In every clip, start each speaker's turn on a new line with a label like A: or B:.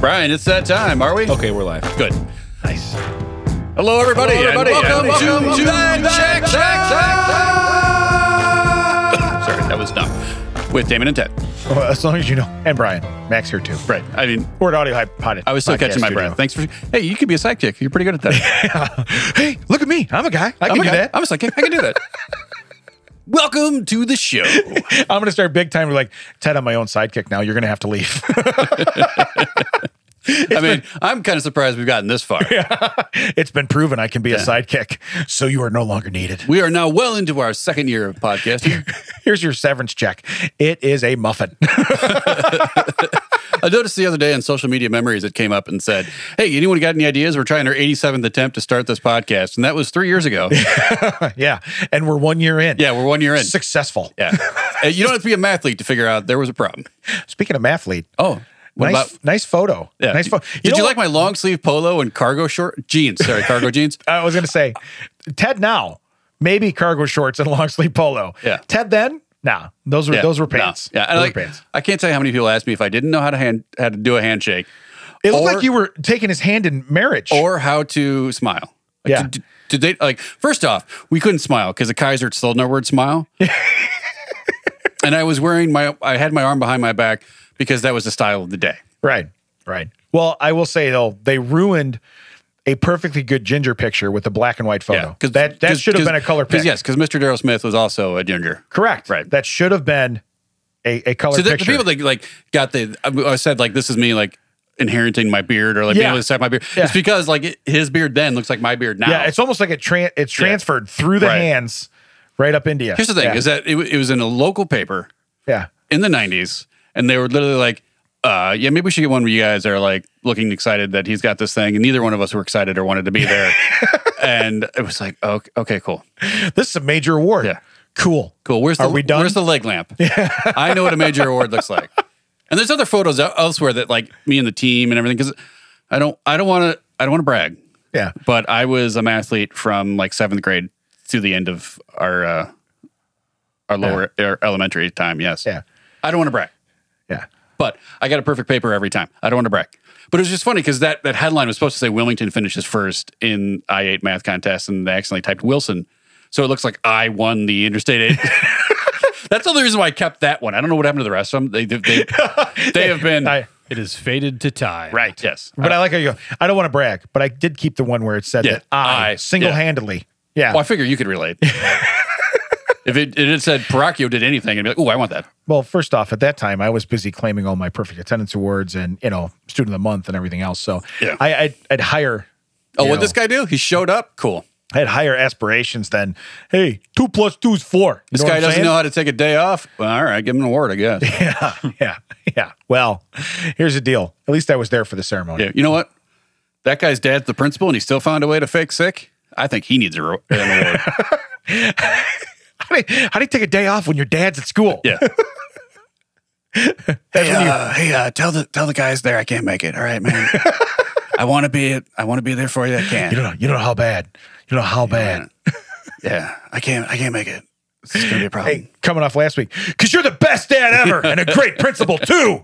A: Brian, it's that time, are we?
B: Okay, we're live.
A: Good.
B: Nice.
A: Hello, everybody.
B: Hello,
A: and
B: everybody,
A: Welcome,
B: and welcome
A: to,
B: to
A: the
B: the
A: check,
B: Check,
A: check, check. Sorry, that was dumb. With Damon and Ted.
C: Well, as long as you know, and Brian, Max here too.
A: Right. I mean,
C: We're at Audio Hype Pod.
A: I was still catching my breath. Thanks for. Hey, you could be a sidekick. You're pretty good at that.
C: Hey, look at me. I'm a guy. I can
A: I'm a
C: do
A: guy.
C: that.
A: I'm a sidekick. I can do that. Welcome to the show.
C: I'm going to start big time. We're like Ted. I'm my own sidekick now. You're going to have to leave.
A: I mean, I'm kind of surprised we've gotten this far.
C: it's been proven I can be a sidekick, so you are no longer needed.
A: We are now well into our second year of podcasting.
C: Here's your severance check. It is a muffin.
A: I noticed the other day on social media memories it came up and said, Hey, anyone got any ideas? We're trying our 87th attempt to start this podcast. And that was three years ago.
C: yeah, and we're one year in.
A: Yeah, we're one year in.
C: successful.
A: Yeah. Uh, you don't have to be a mathlete to figure out there was a problem.
C: Speaking of mathlete,
A: Oh, what
C: nice,
A: about?
C: nice photo.
A: Yeah.
C: Nice photo.
A: Did you like my long sleeve polo and cargo short jeans? Sorry, cargo jeans.
C: I was going to say, Ted now maybe cargo shorts and a long sleeve polo.
A: Yeah.
C: Ted then, nah, those were
A: Yeah,
C: those were
A: no,
C: pants.
A: Yeah, and
C: those
A: like,
C: were pants.
A: I can't tell you how many people asked me if I didn't know how to hand how to do a handshake
C: It looked
A: or-
C: like you were taking his hand in marriage.
A: or how to smile. Like,
C: Yeah.
A: Did, did they like? First off, we couldn't smile because the Kaiser still no word smile. and I was wearing my I had my arm behind my back because that was the style of the day.
C: right, right. Well, I will say though, they ruined a perfectly good ginger picture with a black and white photo.
A: because
C: Oh, that that should have been a color pick.
A: Yes, because Mr. Daryl Smith was also a ginger.
C: correct.
A: Right.
C: That should have been a, a color
A: So the, the
C: picture.
A: people that like got the I I said like this is me like inheriting my beard or like being
C: Yeah.
A: able to set my beard.
C: Yeah.
A: It's because like it, his beard then looks like my beard now.
C: yeah, it's almost like it tran it's transferred through the
A: Right.
C: hands right up into you.
A: Here's the thing:
C: yeah.
A: is that it, w- it was in a local paper
C: yeah.
A: in the '90s, and they were literally like, uh, "Yeah, maybe we should get one where you guys are like looking excited that he's got this thing," and neither one of us were excited or wanted to be there. and it was like, "Okay, okay, cool,
C: This is a major award.
A: Yeah.
C: Cool.
A: cool." Where's the
C: Are we done?
A: Where's the leg lamp? I know what a major award looks like. And there's other photos el- elsewhere that like me and the team and everything because I don't I don't want to I don't want to brag.
C: Yeah.
A: but I was a mathlete from like seventh grade to the end of our uh, our lower our elementary time. Yes,
C: Yeah.
A: I don't want to brag,
C: Yeah.
A: but I got a perfect paper every time. I don't want to brag, but it was just funny because that that headline was supposed to say Wilmington finishes first in I eight math contest, and they accidentally typed Wilson, so it looks like I won the Interstate eight. That's the only reason why I kept that one. I don't know what happened to the rest of them. They they they, they have been
C: I,
B: It is faded to time.
A: right. Yes,
C: But I like how you go, I don't want to brag, but I did keep the one where it said
A: Yeah,
C: that I,
A: I,
C: single handedly. Yeah.
A: Well, I figure you could relate. if it, it had said Paracchio did anything, I'd be like, oh, I want that.
C: Well, first off, at that time, I was busy claiming all my perfect attendance awards and, you know, student of the month and everything else. So
A: Yeah.
C: I, I'd, I'd hire.
A: Oh,
C: you
A: what
C: know,
A: this guy do? He showed up. Cool.
C: I had higher aspirations than, hey, two plus two is four. You
A: This
C: what
A: guy
C: I'm
A: doesn't
C: saying?
A: know how to take a day off. Well, all right, give him an award, I guess.
C: Yeah. Yeah. Well, here's the deal. At least I was there for the ceremony.
A: yeah, you know what? That guy's dad's the principal, and he still found a way to fake sick. I think he needs a ro- an award.
C: How, do you, how do you take a day off when your dad's at school?
A: Yeah. hey, uh, hey, uh, tell the tell the guys there I can't make it. All right, man. I want to be it. I want to be there for you. I can't.
C: You don't know. You don't know how bad. You don't know how bad.
A: yeah, I can't. I can't make it. This is gonna be a problem.
C: Um, Hey, coming off last week, because you're the best dad ever and a great principal too.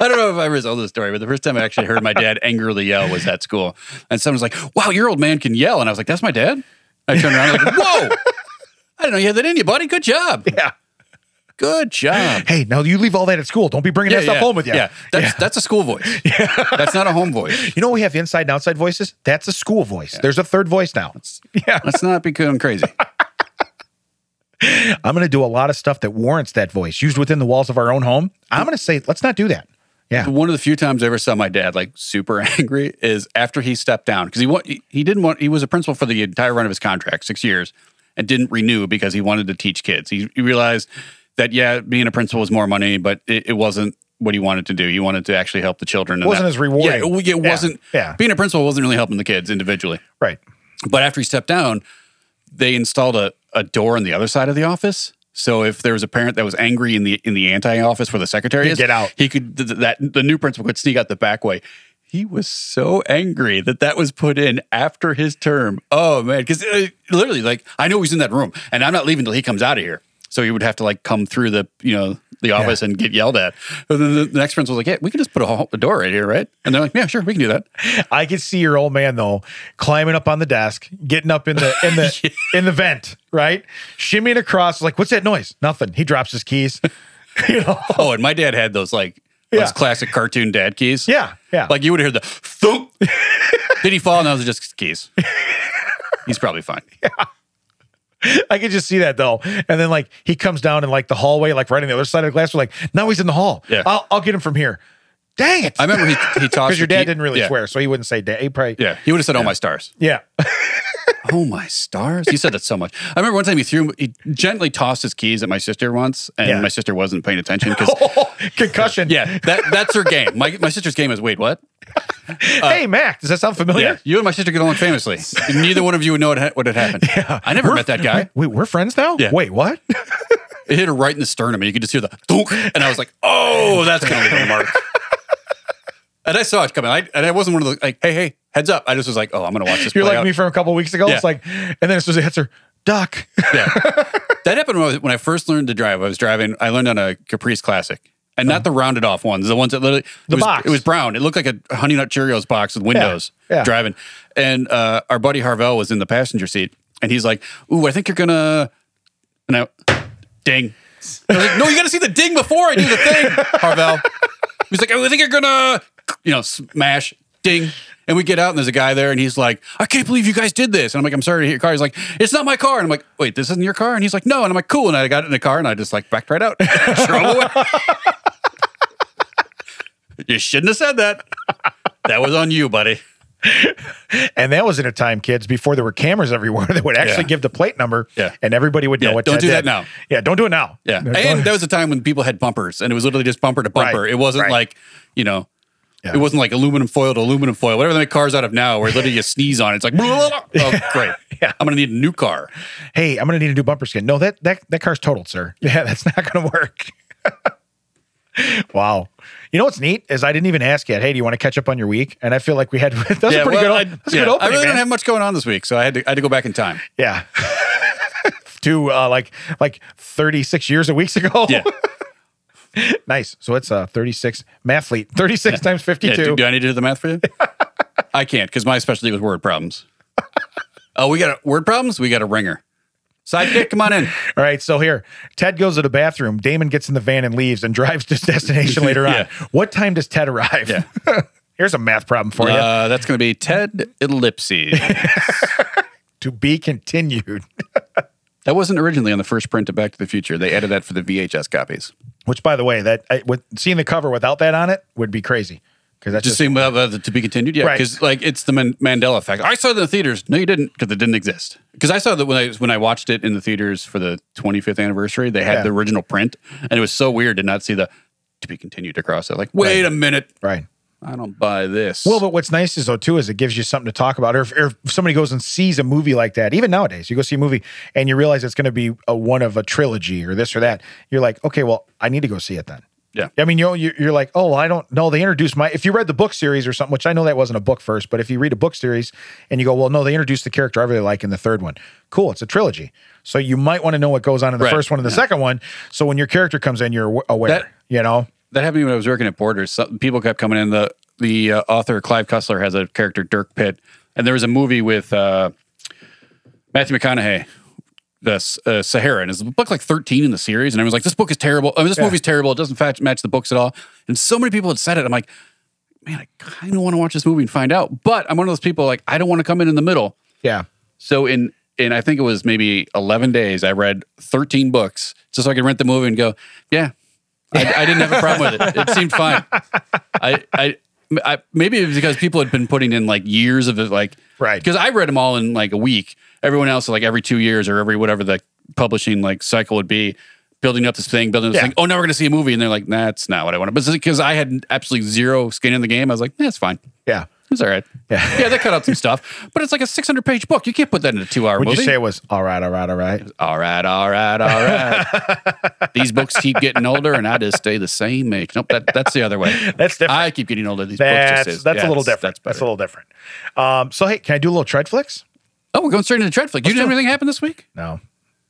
A: I don't know if I ever told this story, but the first time I actually heard my dad angrily yell was at school. And someone was like, wow, your old man can yell. And I was like, that's my dad? I turned around and I was like, whoa, I didn't know you had that in you, buddy. Good job.
C: Yeah.
A: Good job.
C: Hey, now you leave all that at school. Don't be bringing that stuff home with you.
A: Yeah. That's, that's a school voice. That's not a home voice.
C: You know, we have inside and outside voices. That's a school voice. There's a third voice now. Yeah.
A: Let's not become crazy.
C: I'm going to do a lot of stuff that warrants that voice used within the walls of our own home. I'm going to say, let's not do that. Yeah.
A: One of the few times I ever saw my dad like super angry is after he stepped down because he wa- he didn't want he was a principal for the entire run of his contract six years and didn't renew because he wanted to teach kids. He, he realized that yeah, being a principal was more money, but it, it wasn't what he wanted to do. He wanted to actually help the children. and
C: Wasn't as rewarding.
A: Yeah, it, it
C: Yeah,
A: wasn't.
C: yeah.
A: being a principal wasn't really helping the kids individually.
C: Right.
A: But after he stepped down, they installed a, a door on the other side of the office. So if there was a parent that was angry in the in the anti office where the secretary
C: He'd
A: is,
C: get out.
A: He could th- th- that the new principal could sneak out the back way. He was so angry that that was put in after uh, his term. Oh man, because literally, like I know he's in that room, and I'm not leaving till he comes out of here. So he would have to like come through the you know the office and get yelled at. But then the, the next principal was like, "Yeah, we can just put a, hall- a door right here, right?" And they're like, "Yeah, sure, we can do that."
C: I could see your old man though climbing up on the desk, getting up in the in the in the vent, right? Shimmying across, like, what's that noise? Nothing. He drops his keys. you know?
A: Oh, and my dad had those like
C: Yeah.
A: those classic cartoon dad keys.
C: Yeah, yeah.
A: Like you would hear the thump. Did he fall? And those are just keys. He's probably fine.
C: I could just see that though. And then like he comes down in like the hallway, like right on the other side of the glass. We're like, now he's in the hall.
A: Yeah.
C: I'll, I'll get him from here. Dang it.
A: I remember he, he tossed
C: Because your
A: the
C: dad
A: key-
C: didn't really
A: yeah,
C: swear, so he wouldn't say dad. He probably
A: Yeah, he would have said, "Oh my stars."
C: yeah.
A: Oh my stars! He said that so much. I remember one time he threw, he gently tossed his keys at my sister once, and
C: Yeah. Oh.
A: my sister wasn't paying attention because
C: Concussion.
A: yeah, that that's her game. My my sister's game is wait, what? Uh,
C: hey Mac, does that sound familiar?
A: you and my sister get along famously. Neither one of you would know what had, what had happened. I never met that guy.
C: Wait, we're friends now?
A: Yeah.
C: Wait, what?
A: It hit her right in the sternum, and you could just hear the thunk, and I was like, "Oh, that's gonna leave a mark." and I saw it coming. I, and I wasn't one of the like, "Hey, hey, heads up!" I just was like, "Oh, I'm gonna watch this."
C: You're
A: play
C: like
A: out."
C: me from a couple weeks ago.
A: Yeah.
C: It's like, and then as soon as it hits her, duck.
A: Yeah. that happened when I, was, when I first learned to drive. I was driving, I learned on a Caprice Classic. And not the rounded off ones, the ones that literally it
C: Uh-huh. The
A: was,
C: box.
A: It was brown. It looked like a Honey Nut Cheerios box with windows
C: yeah.
A: driving. And uh, our buddy Harvell was in the passenger seat, and he's like, "Ooh, I think you're gonna," and I, ding. I was like, "No, you got to see the ding before I do the thing, Harvell." He's like, "I think you're gonna," you know, smash, ding. And we get out, and there's a guy there, and he's like, "I can't believe you guys did this." And I'm like, "I'm sorry to hit your car." He's like, "It's not my car." And I'm like, "Wait, this isn't your car?" And he's like, "No." And I'm like, "Cool." And I got in the car, and I just like backed right out, drove away. You shouldn't have said that. That was on you, buddy.
C: And that was in a time, kids, before there were cameras everywhere that would actually
A: Yeah.
C: give the plate number
A: Yeah.
C: and everybody would know
A: Yeah,
C: what
A: don't
C: that
A: do that
C: did.
A: now.
C: Yeah, don't do it now.
A: Yeah.
C: No,
A: And
C: don't-
A: that was a time when people had bumpers and it was literally just bumper to bumper.
C: Right,
A: It wasn't
C: right.
A: like, you know,
C: Yeah.
A: it wasn't like aluminum foil to aluminum foil, whatever they make cars out of now, where literally you sneeze on it. It's like, blah, blah, blah. oh, great.
C: Yeah.
A: I'm going to need a new car.
C: hey, I'm gonna need a new bumper skin. No, that that that car's totaled, sir. Yeah, that's not gonna work. wow. You know what's neat is I didn't even ask yet. Hey, do you want to catch up on your week? And I feel like we had that's a pretty
A: well,
C: good.
A: I,
C: that's a
A: yeah,
C: good opening.
A: I really
C: man.
A: don't have much going on this week. So I had to, I had to go back in time.
C: Yeah. to uh, like like 36 years a weeks ago.
A: Yeah.
C: nice. So it's uh 36 Mathlete. 36 times
A: Yeah,
C: 52.
A: do, do I need to do the math for you? I can't because my specialty was word problems. Oh, we got a, word problems? We got a ringer. Sidekick, come on in.
C: All right, so here. Ted goes to the bathroom, Damon gets in the van and leaves and drives to his destination later on.
A: Yeah.
C: What time does Ted arrive? Here's a math problem for you.
A: Uh, that's going to be Ted Ellipses.
C: To be continued.
A: That wasn't originally on the first print of Back to the Future. They added that for the VHS copies.
C: Which by the way, that I, with seeing the cover without that on it would be crazy. Cuz that's
A: Just
C: just,
A: seeing uh, uh, to be continued, yeah,
C: Right.
A: because like it's the Man- Mandela effect. I saw it in the theaters. No, you didn't, because it didn't exist. Because I saw that when I when I watched it in the theaters for the 25th anniversary, they had
C: Yeah.
A: the original print, and it was so weird to not see the to be continued across it. Like, wait a minute,
C: right.
A: I don't buy this.
C: Well, but what's nice is though too is it gives you something to talk about. Or if, or if somebody goes and sees a movie like that, even nowadays, you go see a movie and you realize it's going to be a one of a trilogy or this or that. You're like, okay, well, I need to go see it then.
A: Yeah.
C: I mean, you you- you're like, oh, well, I don't know. They introduced my if you read the book series or something, which I know that wasn't a book first, but if you read a book series and you go, well, no, they introduced the character I really like in the third one. Cool, it's a trilogy, so you might want to know what goes on in the
A: Right.
C: first one and the second one. So when your character comes in, you're aw- aware.
A: That-
C: you know,
A: that happened when I was working at Borders. Some people kept coming in. The the uh, author Clive Cussler has a character Dirk Pitt, and there was a movie with uh, Matthew McConaughey, the S- uh, Sahara, and it's a book like thirteen in the series. And I was like, this book is terrible. I mean, this movie's terrible. It doesn't fa- match the books at all. And so many people had said it. I'm like, man, I kind of want to watch this movie and find out. But I'm one of those people like I don't want to come in in the middle.
C: yeah.
A: So in in I think it was maybe eleven days, I read thirteen books just so I could rent the movie and go, yeah, I, I didn't have a problem with it. It seemed fine. I I. I, maybe it was because people had been putting in like years of it, like
C: Right.
A: Because I read them all in like a week. Everyone else like every two years or every whatever the publishing like cycle would be, building up this thing, building this
C: Yeah.
A: thing. Oh, now we're gonna see a movie, and they're like, nah, "That's not what I wanted." But because I had absolutely zero skin in the game, I was like, "That's fine.
C: Yeah.
A: It's all right."
C: Yeah.
A: yeah, they cut out some stuff, but it's like a 600 page book. You can't put that in a two hour
C: Would
A: movie.
C: you say it was all right, all right, all right?
A: all right, all right, all right. these books keep getting older, and I just stay the same age. Nope, that, that's the other way.
C: That's different.
A: I keep getting older. These
C: That's
A: books just is.
C: that's
A: Yeah,
C: a little different.
A: That's better.
C: That's, a little different. Um, so hey, can I do a little tread flicks?
A: oh, we're going straight into Treadflick. You didn't have anything happen this week?
C: No.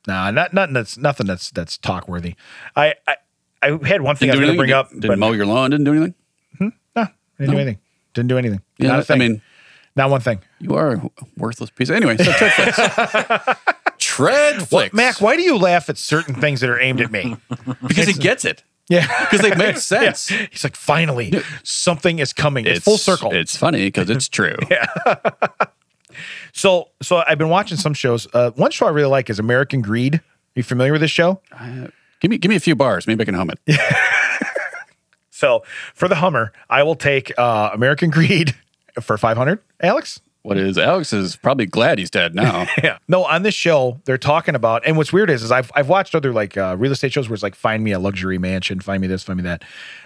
C: Nah, not nothing that's nothing that's that's talk worthy. I, I I had one thing I was going to bring
A: Didn't-
C: up,
A: Didn't
C: but
A: mow your lawn. Didn't do anything.
C: no, didn't do anything. Didn't do anything.
A: Yeah,
C: not a thing.
A: I mean,
C: not one thing.
A: you are a worthless piece. Anyway, so Treadflix. Treadflix.
C: Mac, why do you laugh at certain things that are aimed at me?
A: because he gets it.
C: yeah.
A: Because they make sense.
C: He's like, finally, something is coming. It's, full circle.
A: It's funny because it's true.
C: so, so I've been watching some shows. Uh, one show I really like is American Greed. Are you familiar with this show?
A: Give me give me a few bars. Maybe I can hum it.
C: So, for the Hummer, I will take uh, American Greed for five hundred. Alex,
A: What is Alex is probably glad he's dead now.
C: Yeah. No, on this show, they're talking about, and what's weird is, is I've, I've watched other like uh, real estate shows where it's like, find me a luxury mansion, find me this, find me that.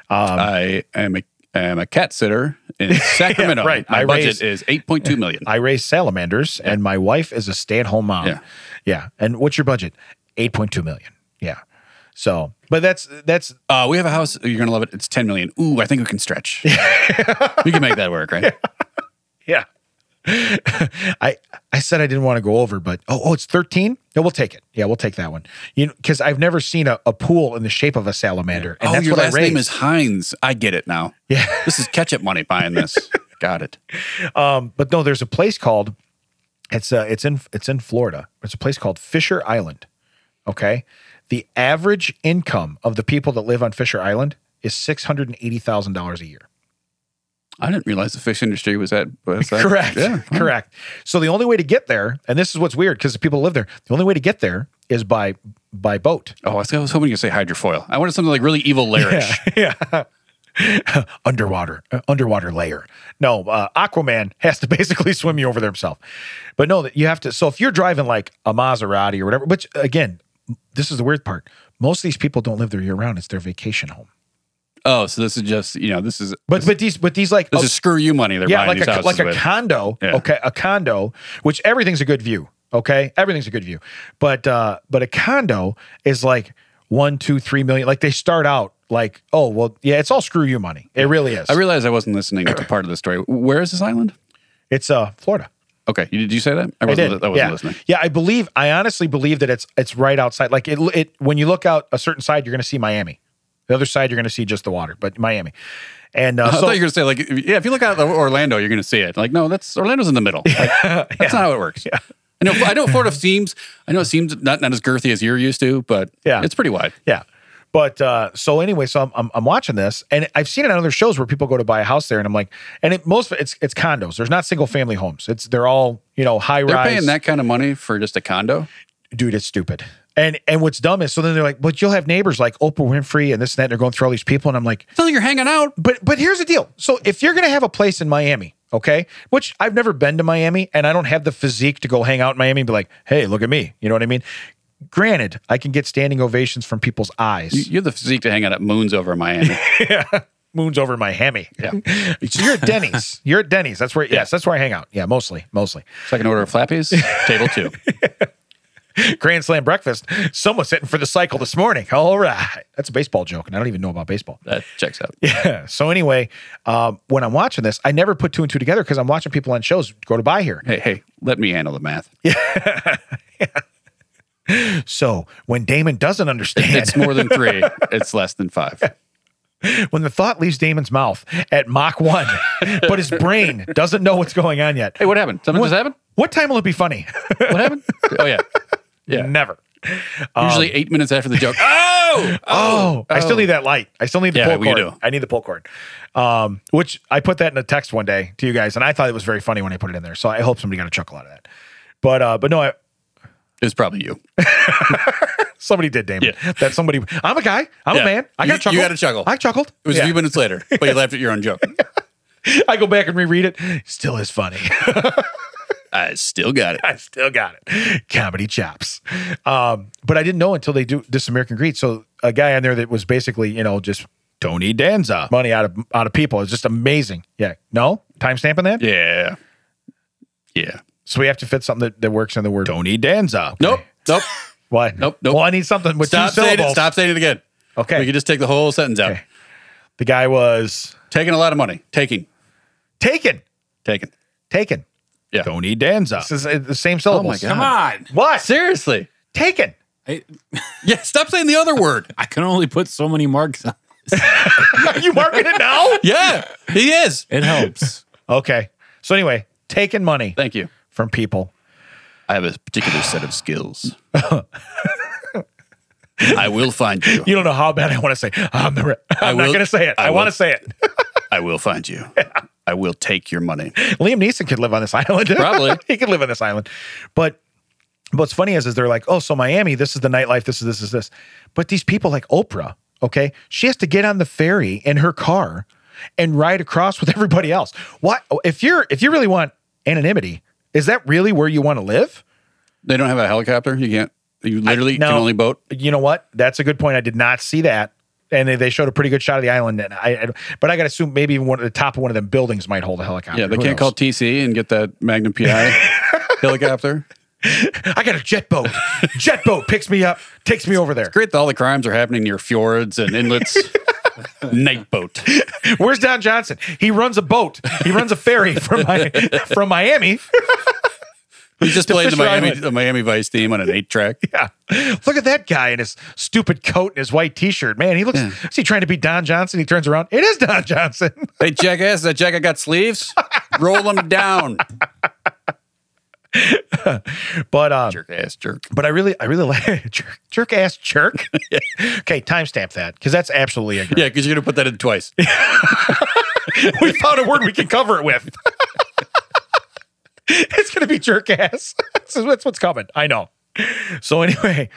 C: Um,
A: I am a am a cat sitter in Sacramento.
C: right.
A: My
C: I
A: budget
C: raised-
A: is eight point two million.
C: I raise salamanders, and my wife is a stay at home mom.
A: Yeah.
C: Yeah. And what's your budget? 8.2 million. Yeah. So, but that's, that's,
A: Uh, we have a house. You're gonna love it. It's ten million. Ooh, I think we can stretch. we can make that work, right?
C: yeah. I, I said I didn't want to go over, but oh, oh, it's 13. No, we'll take it. Yeah, we'll take that one. You know, because I've never seen a, a pool in the shape of a salamander. And
A: oh,
C: that's
A: your
C: what
A: last
C: I raised.
A: name is Hines. I get it now.
C: Yeah.
A: this is catch-up money buying this. Got it.
C: Um, but no, there's a place called it's uh it's in it's in Florida. It's a place called Fisher Island. Okay. The average income of the people that live on Fisher Island is six hundred and eighty thousand dollars a year.
A: I didn't realize the fish industry was that. Was that
C: Correct.
A: Yeah.
C: Correct. So the only way to get there, and this is what's weird because the people live there, the only way to get there is by by boat.
A: Oh, I was I was hoping you'd say hydrofoil. I wanted something like really evil lairish.
C: yeah. underwater, uh, underwater layer. No, uh, Aquaman has to basically swim you over there himself. But no, that you have to. So if you're driving like a Maserati or whatever, which again, this is the weird part. Most of these people don't live there year round. It's their vacation home.
A: Oh, so this is just you know this is
C: But but these but these like
A: this is screw you money they're
C: Oh. yeah
A: buying
C: like
A: these
C: a
A: houses
C: like a
A: with.
C: condo.
A: Yeah.
C: Okay, a condo, which everything's a good view. Okay, everything's a good view. But uh, but a condo is like one, two, three million. Like they start out like oh well yeah, it's all screw you money. It really is.
A: I realized I wasn't listening to part of the story. Where is this island?
C: It's uh Florida.
A: Okay, you, did you say that? I
C: I
A: wasn't.
C: did.
A: I wasn't
C: yeah.
A: listening.
C: Yeah, I believe. I honestly believe that it's it's right outside. Like it, it when you look out a certain side, you're going to see Miami. The other side, you're going to see just the water, but Miami. And uh,
A: I
C: so
A: thought you were going to say like, if- yeah, if you look out at Orlando, you're going to see it. Like, no, that's Orlando's in the middle. Like, That's not how it works. I know. I know Florida seems. I know it seems not, not as girthy as you're used to, but
C: Yeah.
A: it's pretty wide.
C: yeah. But uh, so anyway, so I'm, I'm I'm watching this, and I've seen it on other shows where people go to buy a house there, and I'm like, and it most of it, it's it's condos. There's not single family homes. It's they're all you know high
A: They're
C: rise.
A: paying that kind of money for just a condo.
C: dude, it's stupid. And and what's dumb is so then they're like, but you'll have neighbors like Oprah Winfrey and this and that. And they're going through all these people, and I'm like,
A: It's not like you're hanging out.
C: but but here's the deal. So if you're gonna have a place in Miami, okay, which I've never been to Miami and I don't have the physique to go hang out in Miami and be like, hey, look at me. You know what I mean? Granted, I can get standing ovations from people's eyes.
A: You have the physique to hang out at Moons over in Miami.
C: Moon's over my hammy. Yeah. so you're at Denny's. You're at Denny's. That's where yes, that's where I hang out. Yeah, mostly. Mostly.
A: so I can order flappies, table two.
C: Grand Slam breakfast. Someone's hitting for the cycle this morning. All right. That's a baseball joke, and I don't even know about baseball.
A: That checks out.
C: Yeah. So anyway, um, when I'm watching this, I never put two and two together because I'm watching people on shows go to buy here.
A: Hey, hey, let me handle the math.
C: So when Damon doesn't understand,
A: It's more than three. It's less than five.
C: when the thought leaves Damon's mouth at Mach 1, but his brain doesn't know what's going on yet,
A: Hey, what happened? Something just happened?
C: what time will it be funny?
A: What happened? Oh yeah, yeah.
C: Never.
A: Usually
C: Um,
A: eight minutes after the joke. Oh,
C: Oh, I still need that light. I still need the
A: Yeah,
C: pull
A: we
C: cord.
A: do.
C: I need the pull cord. Um, which I put that in a text one day to you guys, and I thought it was very funny when I put it in there. So I hope somebody got a chuckle out of that. But uh, but no, I,
A: it was probably you.
C: somebody did, Damon.
A: Yeah.
C: That somebody. I'm a guy. I'm
A: Yeah.
C: a man. I
A: You-
C: got
A: you
C: chuckled.
A: got a chuckle.
C: I chuckled.
A: It was
C: Yeah.
A: a few minutes later, but you laughed at your own joke.
C: I go back and reread it. Still is funny.
A: I still got it.
C: I still got it. Comedy chops. Um, but I didn't know until they do this American Greed. So a guy on there that was basically, you know, just Tony Danza money out of out of people. It's just amazing. Yeah. No timestamping that.
A: Yeah, yeah.
C: So we have to fit something that, that works in the word Tony Danza.
A: Nope, nope.
C: What?
A: Nope, nope.
C: Well, I need something with
A: Stop
C: two
A: saying it.
C: syllables.
A: Stop saying it again.
C: Okay.
A: We could just take the whole sentence out.
C: Okay. the guy was
A: Taking a lot of money. Taking,
C: taken.
A: taking.
C: Taken.
A: Yeah.
C: Tony Danza. This is uh, the same syllables.
A: Oh God.
B: Come on.
C: What?
A: Seriously.
C: Taken.
D: I,
A: Yeah, stop saying the other word.
D: I can only put so many marks on.
C: Are you marking it now?
A: Yeah, he is.
D: It helps.
C: Okay. So anyway, taking money
A: Thank you.
C: from people.
A: I have a particular set of skills. I will find you.
C: You don't know how bad I want to say. I'm, the re- I'm not
A: will-
C: going to say it. I,
A: I
C: want
A: will.
C: to say it.
A: I will find you. I will take your money.
C: Liam Neeson could live on this island.
A: Probably.
C: he could live on this island. But what's funny is, is they're like, oh, so Miami, this is the nightlife, this is this is this. But these people like Oprah, okay, she has to get on the ferry in her car and ride across with everybody else. What Oh, if you're if you really want anonymity? Is that really where you want to live?
A: They don't have a helicopter. You can't. You literally
C: no.
A: can only boat.
C: You know what? That's a good point. I did not see that. And they, they showed a pretty good shot of the island. And I, I but I got to assume maybe even one of the top of one of them buildings might hold a helicopter.
A: Yeah, they
C: Who
A: can't
C: knows?
A: call TC and get that Magnum PI helicopter.
C: I got a jet boat. jet boat picks me up, takes me over there.
A: Great that all the crimes are happening near fjords and inlets. Night boat.
C: Where's Don Johnson? He runs a boat. He runs a ferry from Mi- from Miami.
A: We just played the
C: Fisher
A: Miami,
C: Island.
A: the Miami Vice theme on an eight track.
C: Yeah. Look at that guy in his stupid coat and his white T-shirt. Man, he looks. Is he trying to be Don Johnson? He turns around. It is Don Johnson.
A: Hey, jackass, that jacket got sleeves? Roll them down.
C: But um,
A: Jerk ass jerk.
C: but I really I really like jerk, jerk ass jerk. okay, timestamp that because that's absolutely ignorant.
A: Yeah, because you're going to put that in twice.
C: we found a word we can cover it with. it's going to be jerk ass. that's, that's what's coming. I know. So anyway,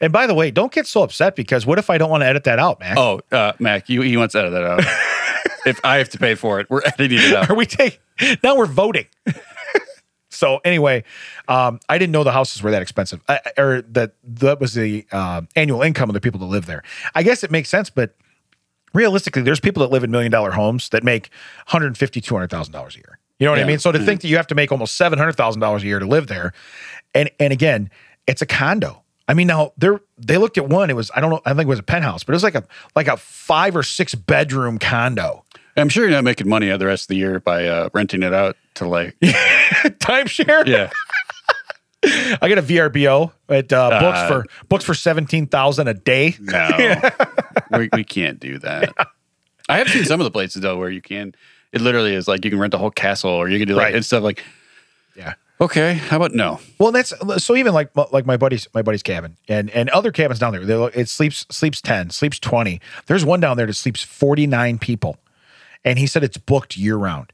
C: and by the way, don't get so upset because what if I don't want to edit that out, Mac?
A: Oh, uh, Mac, you, he wants to edit that out. if I have to pay for it, we're editing it out.
C: Are we take now we're voting. so anyway, um, I didn't know the houses were that expensive, I, I- or that that was the um annual income of the people that live there. I guess it makes sense, but realistically, there's people that live in million dollar homes that make 150, 200,000 dollars a year. You know what I
A: Yeah.
C: mean? So to think that you have to make almost seven hundred thousand dollars a year to live there, and and again, it's a condo. I mean, now they they looked at one. It was I don't know. I think it was a penthouse, but it was like a like a five or six bedroom condo.
A: I'm sure you're not making money out the rest of the year by uh, renting it out to like,
C: Timeshare.
A: yeah.
C: I got a VRBO at uh,
A: Uh,
C: books for books for seventeen thousand a day.
A: No, we, we can't do that. I have seen some of the places though where you can. It literally is like you can rent a whole castle, or you can do like
C: Right.
A: and stuff like.
C: Yeah.
A: Okay, how about no?
C: Well, that's so even like like my buddy's my buddy's cabin and and other cabins down there. they It sleeps sleeps ten, sleeps twenty. There's one down there that sleeps forty nine people, and he said it's booked year round.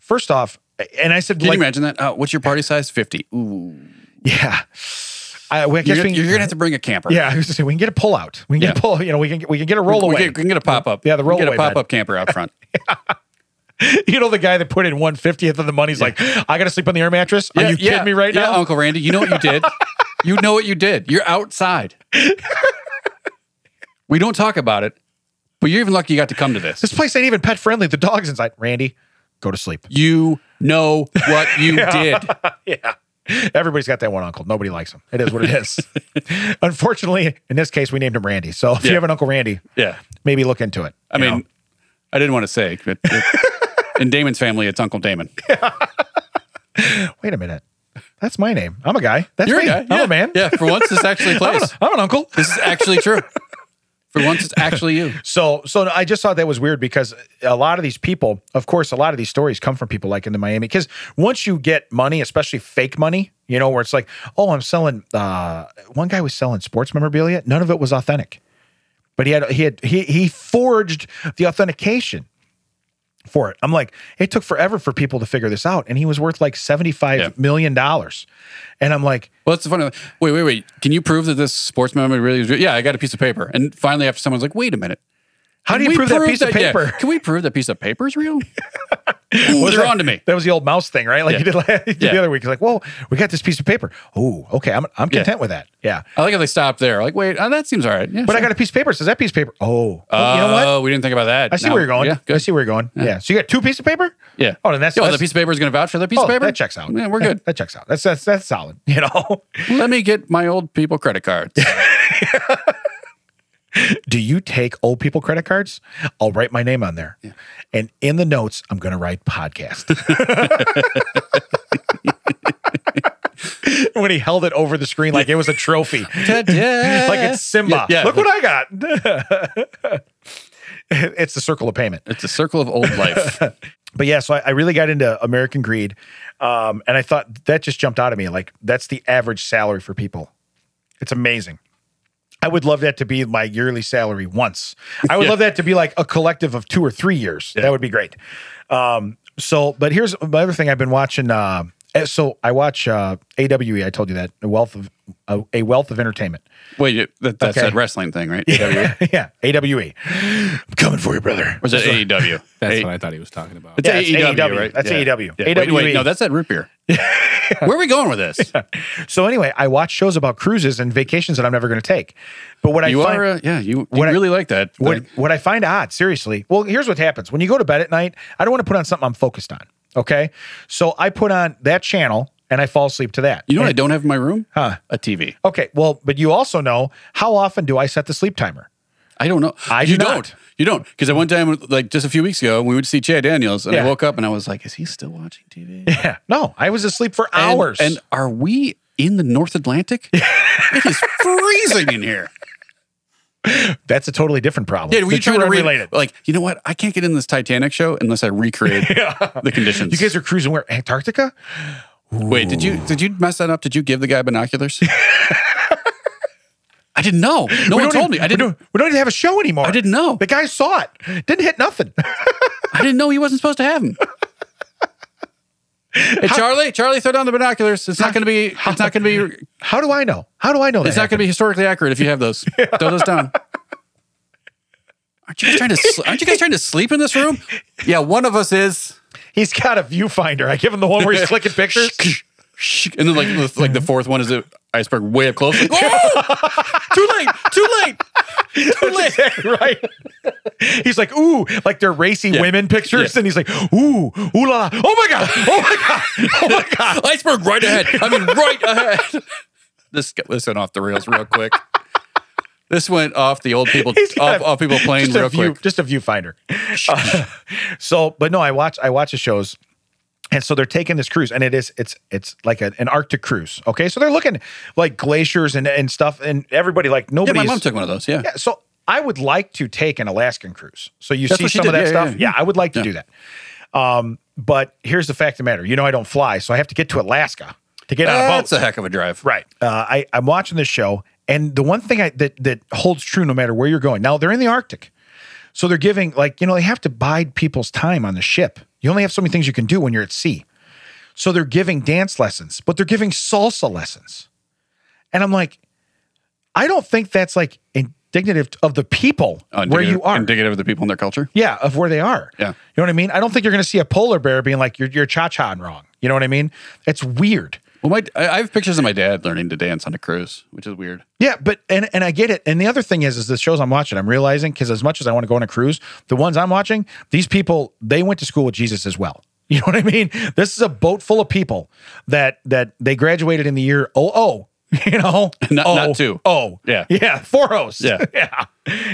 C: First off, and I said
A: Can
C: like
A: you imagine that? Oh, what's your party size? Fifty. Ooh,
C: yeah, I, I
A: you're,
C: guess we
A: gonna-
C: can,
A: you're gonna have to bring a camper.
C: yeah. I was gonna say we can get a pullout. We can get a
A: Yeah.
C: pull. You know, we can get- we can get a
A: We-
C: rollaway.
A: We can, we can get a pop up.
C: Yeah, the
A: Get
C: rollaway
A: a pop up camper out front.
C: you know, the guy that put in one fiftieth of the money's like, I got to sleep on the air mattress. Are
A: Yeah,
C: you
A: yeah,
C: kidding me right
A: yeah,
C: now?
A: Uncle Randy? You know what you did. you know what you did. You're outside. we don't talk about it, but you're even lucky you got to come to this.
C: This place ain't even pet friendly. The dog's inside. Randy, go to sleep.
A: You know what you did.
C: Yeah. Everybody's got that one uncle. Nobody likes him. It is what it is. Unfortunately, in this case, we named him Randy. So if you
A: Yeah.
C: have an Uncle Randy,
A: Yeah.
C: maybe look into it.
A: I
C: you
A: mean,
C: know?
A: I didn't want to say, but in Damon's family, it's Uncle Damon.
C: wait a minute. That's my name. I'm a guy. That's
A: You're
C: me.
A: a guy.
C: I'm
A: yeah.
C: a man.
A: Yeah, for once, this actually plays.
C: I'm an uncle.
A: this is actually true. For once, it's actually you.
C: So, so I just thought that was weird because a lot of these people, of course, a lot of these stories come from people like in the Miami. Because once you get money, especially fake money, you know, where it's like, oh, I'm selling. Uh, one guy was selling sports memorabilia. None of it was authentic, but he had he had he he forged the authentication for it. I'm like, it took forever for people to figure this out, and he was worth like seventy five
A: Yeah.
C: million dollars, and I'm like,
A: Well, that's the funny. Wait, wait, wait. Can you prove that this sports memory really is? real? Yeah, I got a piece of paper. And finally, after someone's like, wait a minute.
C: how do
A: Can
C: you
A: we
C: prove that piece of
A: yeah,
C: paper?
A: can we prove that piece of paper is real? Ooh,
C: Was
A: they're
C: that-
A: onto me.
C: That was the old mouse thing, right? Like
A: Yeah.
C: you did, last, you did the
A: Yeah.
C: other week. It's like, whoa, we got this piece of paper. Oh, okay. I'm, I'm
A: Yeah.
C: content with that. Yeah.
A: I like how they stopped there. Like, wait, oh, that seems all right. Yeah,
C: But I
A: sure.
C: got a piece of paper. It says that piece of paper. Oh,
A: Oh,
C: you know what?
A: we didn't think about that.
C: I see
A: Now-
C: where you're going.
A: Yeah,
C: I
A: good.
C: see where you're going. Yeah. So you got two pieces of paper?
A: Yeah.
C: Oh, then that's,
A: Yo, the
C: that's-
A: piece of paper is going to vouch for that piece
C: oh,
A: of paper.
C: That checks out.
A: Yeah, we're good.
C: That checks out. That's that's that's solid. You know.
A: Let me get my old people credit cards.
C: Do you take old people credit cards? I'll write my name on there. And in the notes, I'm going to write podcast. when he held it over the screen like it was a trophy. like it's Simba.
A: Yeah, yeah.
C: Look what I got. it's the circle of payment.
A: It's a circle of old life.
C: But yeah, so I, I really got into American Greed. Um, and I thought that just jumped out at me. Like, that's the average salary for people. It's amazing. I would love that to be my yearly salary once. I would love that to be like a collective of two or three years. That would be great. Um, so, but here's my other thing I've been watching. Uh, eh, so I watch uh, AWE. I told you that a wealth of a, a wealth of entertainment.
A: Wait, you- that, that's
C: Okay.
A: that wrestling thing, right? AEW?
C: yeah, AWE. I'm coming for you, brother.
A: Or is that AEW?
D: That's
A: A-
D: what I thought he was talking about.
A: It's
C: Yeah, it's
A: AEW,
C: AEW.
A: right?
C: That's E
A: Yeah.
C: AEW.
A: Yeah. Wait, wait,
C: AWE.
A: no, that's that root beer. Where are we going with this?
C: So anyway, I watch shows about cruises and vacations that I'm never going to take. But what
A: You
C: I find,
A: are, uh, yeah, you, you
C: What I-
A: really like that.
C: what,
A: thing.
C: what I find odd, seriously. Well, here's what happens when you go to bed at night. I don't want to put on something I'm focused on. Okay, so I put on that channel and I fall asleep to that.
A: you know what I don't have in my room?
C: Huh.
A: A TV.
C: Okay, well, but you also know how often do I set the sleep timer?
A: I don't know.
C: I do
A: you
C: not.
A: not You don't. Because at one time, like just a few weeks ago, we went to see Chad Daniels, and
C: Yeah.
A: I woke up and I was like, "Is he still watching TV?"
C: Yeah, no, I was asleep for
A: And-
C: hours.
A: And, are we in the North Atlantic? it is freezing in here.
C: that's a totally different problem.
A: Yeah, were
C: The
A: you
C: two
A: trying to
C: are
A: read
C: unrelated.
A: Like, you know what? I can't get in this Titanic show unless I recreate the conditions.
C: You guys are cruising where Antarctica?
A: Oh, Wait, did you did you mess that up? Did you give the guy binoculars? I didn't know. No one
C: We don't
A: told
C: even-
A: me. I
C: we
A: didn't.
C: don't- We don't even have a show anymore.
A: I didn't know.
C: The guy saw it. Didn't hit nothing.
A: I didn't know he wasn't supposed to have them. Hey, Charlie, Charlie, throw down the binoculars. It's not going to be. It's not going to be.
C: How do I know? How do I know that?
A: It's not going to be historically accurate if you have those. Throw those down. Aren't you guys trying to? sl- Aren't you guys trying to sleep in this room? Yeah, one of us is.
C: happened? He's got a viewfinder. I give him the one where he's clicking pictures.
A: And then like the, like the fourth one is the iceberg way up close. Like, "Oh! too late! Too late! Too late!
C: right. He's like, ooh, like they're racy women pictures. And he's like, ooh, ooh la la. Oh my God. Oh my God. Oh my God.
A: Iceberg right ahead. I mean, right ahead. This this went off the rails real quick. This went off the old people
C: He's got
A: off, off people playing
C: just a
A: real
C: view-
A: quick.
C: Just a viewfinder. Uh, so, but no, I watch I watch the shows. And so they're taking this cruise, and it is it's it's like a- an Arctic cruise. Okay, so they're looking like glaciers and, and stuff, and everybody like
A: Yeah, my
C: nobody's.
A: mom took one of those. Yeah,
C: Yeah, so I would like to take an Alaskan cruise. So you
A: That's
C: see
A: what she
C: some of that
A: did. Yeah,
C: stuff.
A: yeah,
C: Yeah,
A: yeah.
C: I would like to do that. Um, but here's the fact of the matter. You know, I don't fly, so I have to get to Alaska to get on a boat.
A: that's a heck of a drive.
C: Right. Uh, I, I'm watching this show, and the one thing I, that that holds true no matter where you're going. Now they're in the Arctic, so they're giving like you know they have to bide people's time on the ship. You only have so many things you can do when you're at sea. So they're giving dance lessons, but they're giving salsa lessons, and I'm like, I don't think that's like indicative of the people where
A: Indicative-
C: you are.
A: indicative of the people and their culture.
C: Yeah, of where they are.
A: Yeah.
C: You know what I mean? I don't think you're going to see a polar bear being like you're you're cha-chaing wrong. You know what I mean? It's weird.
A: Well, my I I have pictures of my dad learning to dance on a cruise, which is weird.
C: Yeah, but and and I get it. And the other thing is, is the shows I'm watching, I'm realizing because as much as I want to go on a cruise, the ones I'm watching, these people they went to school with Jesus as well. You know what I mean? This is a boat full of people that that they graduated in the year oh oh. You know,
A: Not-
C: oh,
A: not two.
C: Oh,
A: Yeah.
C: yeah, four O's.
A: Yeah.
C: yeah.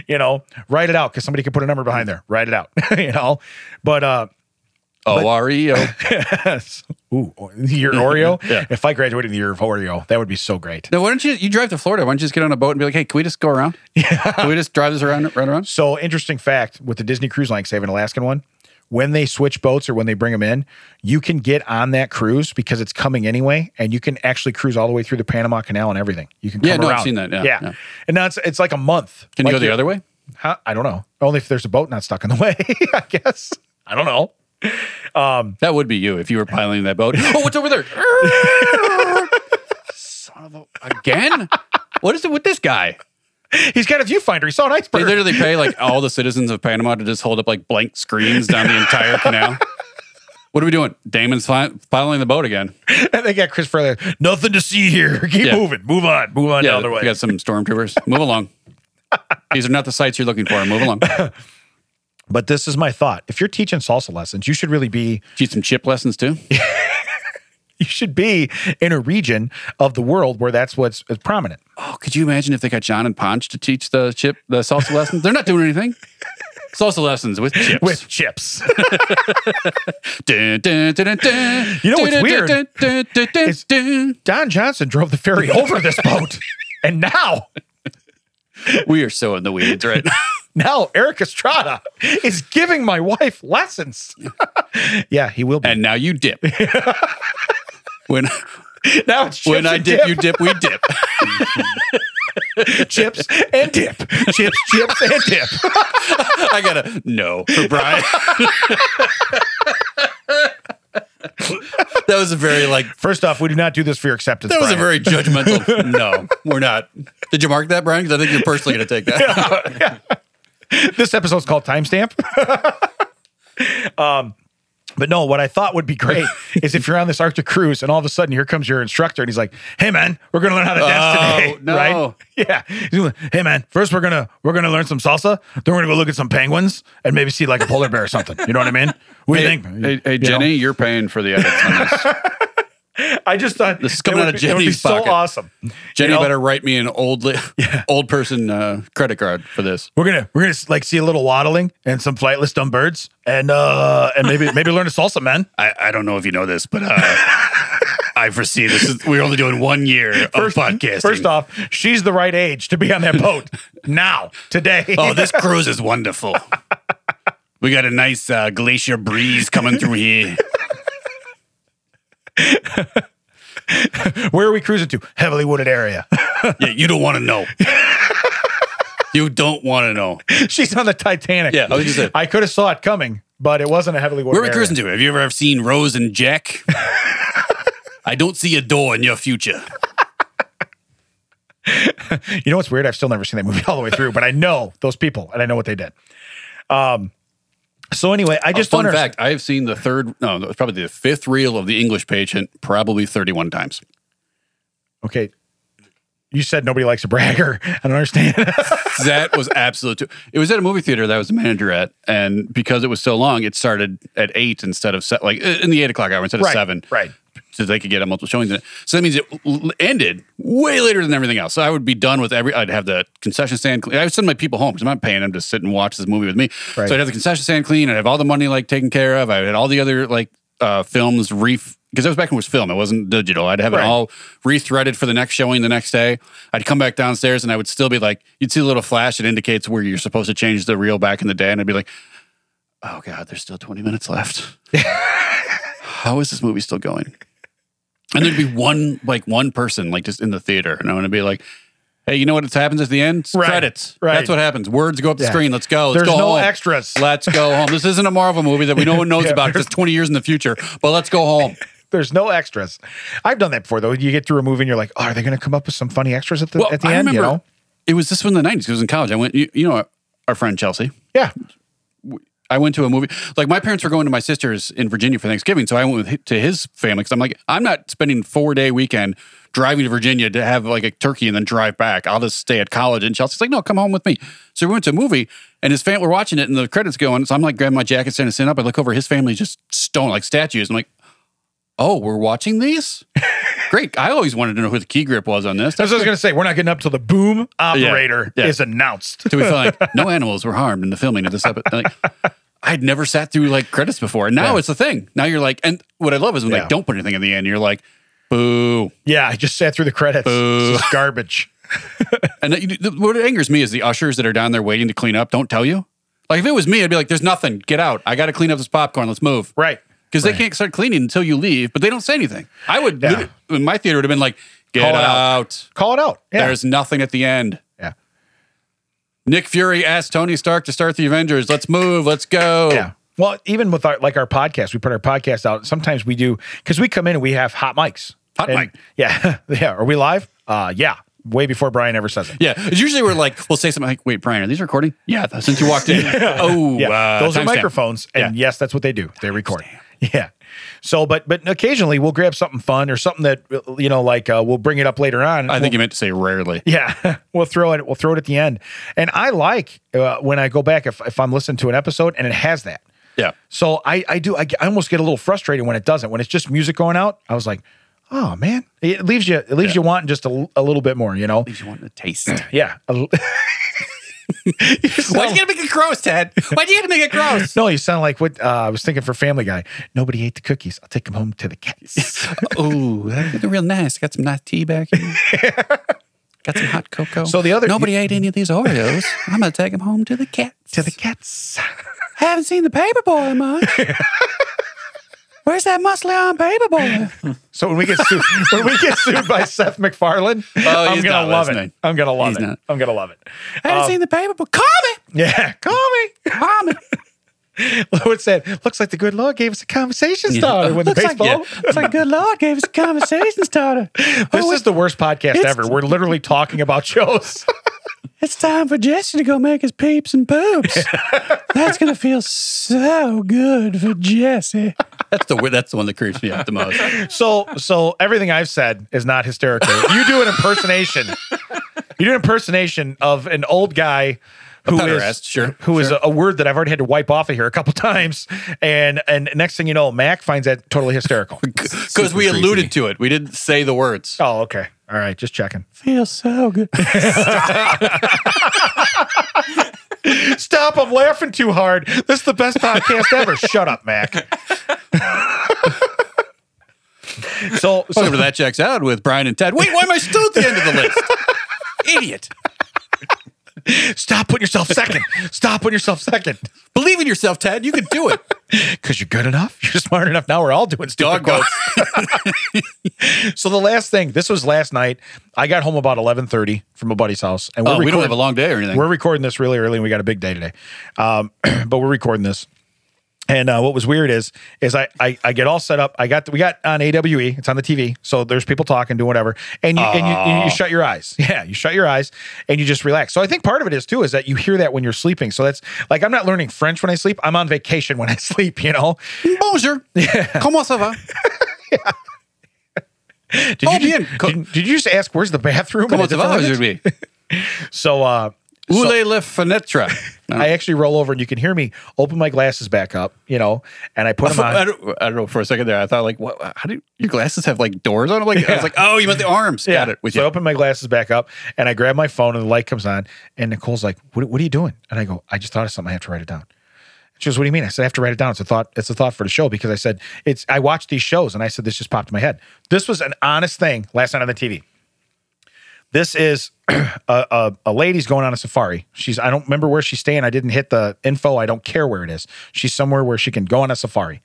C: You know, write it out because somebody could put a number behind there. Write it out. you know, but uh,
A: O R E O.
C: ooh, the year Oreo.
A: Yeah.
C: If I graduated in the year of Oreo, that would be so great.
A: Now, why don't you you drive to Florida? Why don't you just get on a boat and be like, hey, can we just go around? Yeah. Can we just drive this around, run around?
C: So interesting fact with the Disney Cruise Line, save an Alaskan one. When they switch boats or when they bring them in, you can get on that cruise because it's coming anyway, and you can actually cruise all the way through the Panama Canal and everything. You can come
A: Yeah, no, I've
C: around.
A: seen that, yeah, yeah.
C: and now it's it's like a month.
A: Can you
C: Like
A: go the other way?
C: Huh? I don't know. Only if there's a boat not stuck in the way. I guess I don't know. Um,
A: That would be you if you were piloting that boat. Oh, what's over there? Son of a again? What is it with this guy?
C: He's got a viewfinder. He saw an
A: They
C: iceberg.
A: literally pay like all the citizens of Panama to just hold up like blank screens down the entire canal. What are we doing? Damon's fly- piloting the boat again.
C: and they got Chris Farley. Nothing to see here. Keep
A: Yeah.
C: moving. Move on. Move on
A: Yeah,
C: down the
A: we
C: way.
A: got some stormtroopers. Move along. These are not the sights you're looking for. Move along.
C: But this is my thought. If you're teaching salsa lessons, you should really be
A: Teach some chip lessons too.
C: you should be in a region of the world where that's what's is prominent.
A: Oh, could you imagine if they got John and Ponch to teach the chip the salsa lessons? They're not doing anything. Salsa lessons with chips.
C: with chips.
A: Dun, dun, dun, dun, dun.
C: You know
A: Dun,
C: what's
A: dun,
C: weird?
A: dun, dun, dun, dun,
C: It's-
A: dun.
C: Don Johnson drove the ferry over this boat. And now,
A: We are so in the weeds right now.
C: now Eric Estrada is giving my wife lessons. yeah, he will be.
A: And now you dip. when
C: now it's chips
A: when I
C: and
A: dip, you dip, we dip.
C: chips and dip. Chips, chips, and dip.
A: I gotta no for Brian. that was a very like
C: First off, we do not do this for your acceptance.
A: that was a
C: Brian.
A: very judgmental. No, we're not. Did you mark that, Brian? Because I think you're personally gonna take that.
C: this episode's called timestamp. um, but no, what I thought would be great is if you're on this Arctic cruise and all of a sudden here comes your instructor and he's like, "Hey man, we're gonna learn how to dance
A: Oh,
C: today,
A: no.
C: right? Yeah. He's like, Hey man, first we're gonna we're gonna learn some salsa, then we're gonna go look at some penguins and maybe see like a polar bear or something. You know what I mean? What do you think?
A: Hey, hey,
C: You know?
A: Jenny, you're paying for the edits on this.
C: I just thought
A: This is coming
C: it
A: out
C: would
A: of
C: be- it would be
A: Jenny's
C: so
A: pocket.
C: awesome.
A: Jenny
C: You know?
A: better write me an old li- old person uh, credit card for this.
C: We're gonna we're gonna like see a little waddling and some flightless dumb birds and uh and maybe maybe learn a salsa, man.
A: I, I don't know if you know this, but uh, I foresee this. Is, we're only doing one year
C: First- First off, she's the right age to be on that boat now, today.
A: Oh, this cruise is wonderful. We got a nice uh, glacier breeze coming through here.
C: Where are we cruising to? Heavily wooded area.
A: Yeah, you don't want to know. You don't want to know.
C: she's on the Titanic.
A: Yeah, I was just saying.
C: I could have saw it coming, but it wasn't a heavily wooded
A: Where are we
C: area.
A: cruising to? Have you ever seen Rose and Jack? I don't see a door in your future.
C: You know what's weird? I've still never seen that movie all the way through, but I know those people and I know what they did. Um. So anyway, I
A: Just
C: just
A: fun
C: don't
A: fact: I have seen the third, no, it was probably the fifth reel of The English Patient, probably thirty-one times.
C: Okay. You said nobody likes a bragger. I don't understand.
A: that was absolute. too- It was at a movie theater that I was the manager at, and because it was so long, it started at eight instead of se- like in the eight o'clock hour instead of seven,
C: Right.
A: so they could get a multiple showings in it. So that means it l- ended way later than everything else. So I would be done with every. I'd have the concession stand. clean. I would send my people home because I'm not paying them to sit and watch this movie with me.
C: Right.
A: So I'd have the concession stand clean. I'd have all the money like taken care of. I had all the other like uh, films reef because that was back when it was film. It wasn't digital. I'd have
C: Right.
A: it all rethreaded for the next showing the next day. I'd come back downstairs and I would still be like, you'd see a little flash that indicates where you're supposed to change the reel back in the day, and I'd be like, oh god, there's still 20 minutes left. How is this movie still going? And there'd be one like one person like just in the theater, and I'm gonna be like, hey, you know what happens at the end?
C: Right,
A: Credits.
C: right.
A: That's what happens. Words go up the
C: Yeah.
A: screen. Let's go. Let's
C: There's
A: go
C: no
A: home.
C: extras.
A: Let's go home. This isn't a Marvel movie that we no one knows
C: Yeah,
A: about because 20 years in the future. But let's go home.
C: There's no extras. I've done that before though. You get through a movie and you're like, oh, are they going to come up with some funny extras at the at the
A: I
C: end?
A: remember
C: You know?
A: it was this one in the 90s. It was in college. I went, you, you know, our, our friend Chelsea.
C: Yeah.
A: I went to a movie. Like my parents were going to my sister's in Virginia for Thanksgiving, so I went with, hi- to his family because I'm like, I'm not spending four day weekend driving to Virginia to have like a turkey and then drive back. I'll just stay at college. And Chelsea's like, no, come home with me. So we went to a movie, and his family were watching it, and the credits going. So I'm like, grabbing my jacket, standing sitting up. I look over, his family's just stone like statues. I'm like, oh, we're watching these. Great. I always wanted to know who the key grip was on this.
C: That's what I was going to say. We're not getting up till the boom operator
A: Yeah.
C: is announced.
A: So we feel like no animals were harmed in the filming of this episode. Like, I'd never sat through like credits before. Now it's a thing. Now you're like, and what I love is when
C: Yeah.
A: they don't put anything in the end. You're like, boo.
C: Yeah, I just sat through the credits. This is garbage.
A: And that- you- what angers me is the ushers that are down there waiting to clean up don't tell you. Like if it was me, I'd be like, there's nothing. Get out. I got to clean up this popcorn. Let's move.
C: Right.
A: Because they can't start cleaning until you leave, but they don't say anything. I would,
C: Yeah.
A: literally- in my theater would have been like, get
C: Call it
A: out.
C: out. Call it out. Yeah.
A: There's nothing at the end.
C: yeah.
A: Nick Fury asked Tony Stark to start the Avengers. Let's move. Let's go.
C: Yeah. Well, even with our like our podcast, we put our podcast out. Sometimes we do because we come in and we have hot mics.
A: Hot
C: And-
A: mic.
C: Yeah. yeah. Are we live? Uh yeah. Way before Brian ever says it.
A: Yeah, it's usually we're like, we'll say something like, "Wait, Brian, are these recording?" Yeah, th- since you walked in. Oh,
C: Yeah,
A: uh,
C: those are
A: timestamp.
C: microphones, and yes, that's what they do. They record. Yeah. So, but but occasionally we'll grab something fun or something that you know, like uh, we'll bring it up later on.
A: I think you meant to say rarely.
C: Yeah, we'll throw it. We'll throw it at the end. And I like uh, when I go back if if I'm listening to an episode and it has that.
A: Yeah,
C: So I I do I, get- I almost get a little frustrated when it doesn't. When it's just music going out, I was like, oh man, it leaves you it leaves you wanting just a, l- a little bit more. You know?
A: you want to taste.
C: Yeah. A l-
D: Why'd you gotta make it gross, Ted? Why'd you gotta make it gross?
C: No, you sound like what uh, I was thinking for Family Guy. Nobody ate the cookies. I'll take them home to the cats.
A: Oh, that's real nice. Got some nice tea back here. Got some hot cocoa.
C: So the other-
A: nobody ate any of these Oreos. I'm gonna take them home to the cats.
C: to the cats.
A: Haven't seen the paperboy much. Where's that muscly on paperboy?
C: So when we get sued, when we get sued by Seth MacFarlane, I'm
A: he's
C: gonna
A: not
C: love it.
A: listening.
C: I'm gonna love
A: He's
C: it.
A: not.
C: I'm gonna love it.
A: Haven't
D: Um,
A: seen the paperboy. Call me,
C: Yeah, call me.
A: call me.
C: What's that? Looks like the good Lord gave us a conversation starter with the
A: Looks
C: baseball.
A: Like, yeah. Looks like good Lord gave us a conversation starter.
C: This
A: Oh,
C: is the worst podcast
A: it's-
C: ever. We're literally talking about shows.
A: It's time for Jesse to go make his peeps and poops. that's gonna feel so good for Jesse. That's the that's the one that creeps me out the most.
C: so, so everything I've said is not hysterical. You do an impersonation. you do an impersonation of an old guy who is
A: pederast, sure,
C: who is a, a word that I've already had to wipe off of here a couple times, and and next thing you know, Mac finds that totally hysterical.
A: Because we alluded to it, we didn't say the words.
C: oh, okay, all right, just checking.
A: Feels so good.
C: Stop! I'm laughing too hard. This is the best podcast ever. Shut up, Mac. so, so
A: Whatever that checks out with Brian and Ted. Wait, why am I still at the end of the list? Idiot.
C: stop putting yourself second. Stop putting yourself second.
A: Believe in yourself, Ted. You can do it.
C: Because you're good enough. You're smart enough. Now we're all doing stupid
A: Dog
C: quotes.
A: goes.
C: So the last thing, this was last night. I got home about 11:30 from a buddy's house, and we're
A: Oh, we don't
C: recording-
A: have a long day or anything.
C: We're recording this really early, and we got a big day today. Um, but we're recording this. And uh, what was weird is is I, I I get all set up. I got we got on AWE. It's on the TV, so there's people talking, doing whatever. And you, and you- you, you shut your eyes. Yeah, you shut your eyes and you just relax. So I think part of it is too is that you hear that when you're sleeping. So that's like I'm not learning French when I sleep. I'm on vacation when I sleep. You know?
A: Bonjour. Comment ça va?
C: Did
A: Oh,
C: you
A: bien. Co-
C: did, did you just ask where's the bathroom?
A: Comment
C: And
A: ça va
C: it's like-
A: aujourd'hui?
C: So uh,
A: Où est la fenêtre?
C: I actually roll over and you can hear me open my glasses back up, you know, and I put them
A: I
C: on.
A: don't, I don't know. For a second there, I thought like, what, how do you, your glasses have like doors on? them? Like, I was like, oh, you meant the arms. Got it. With
C: so I
A: you.
C: open my glasses back up and I grab my phone and the light comes on and Nicole's like, what, what are you doing? And I go, I just thought of something. I have to write it down. She goes, what do you mean? I said, I have to write it down. It's a thought. It's a thought for the show because I said, it's, I watched these shows and I said, this just popped in my head. This was an honest thing last night on the TV. This is a, a, a lady's going on a safari. She's, I don't remember where she's staying. I didn't hit the info. I don't care where it is. She's somewhere where she can go on a safari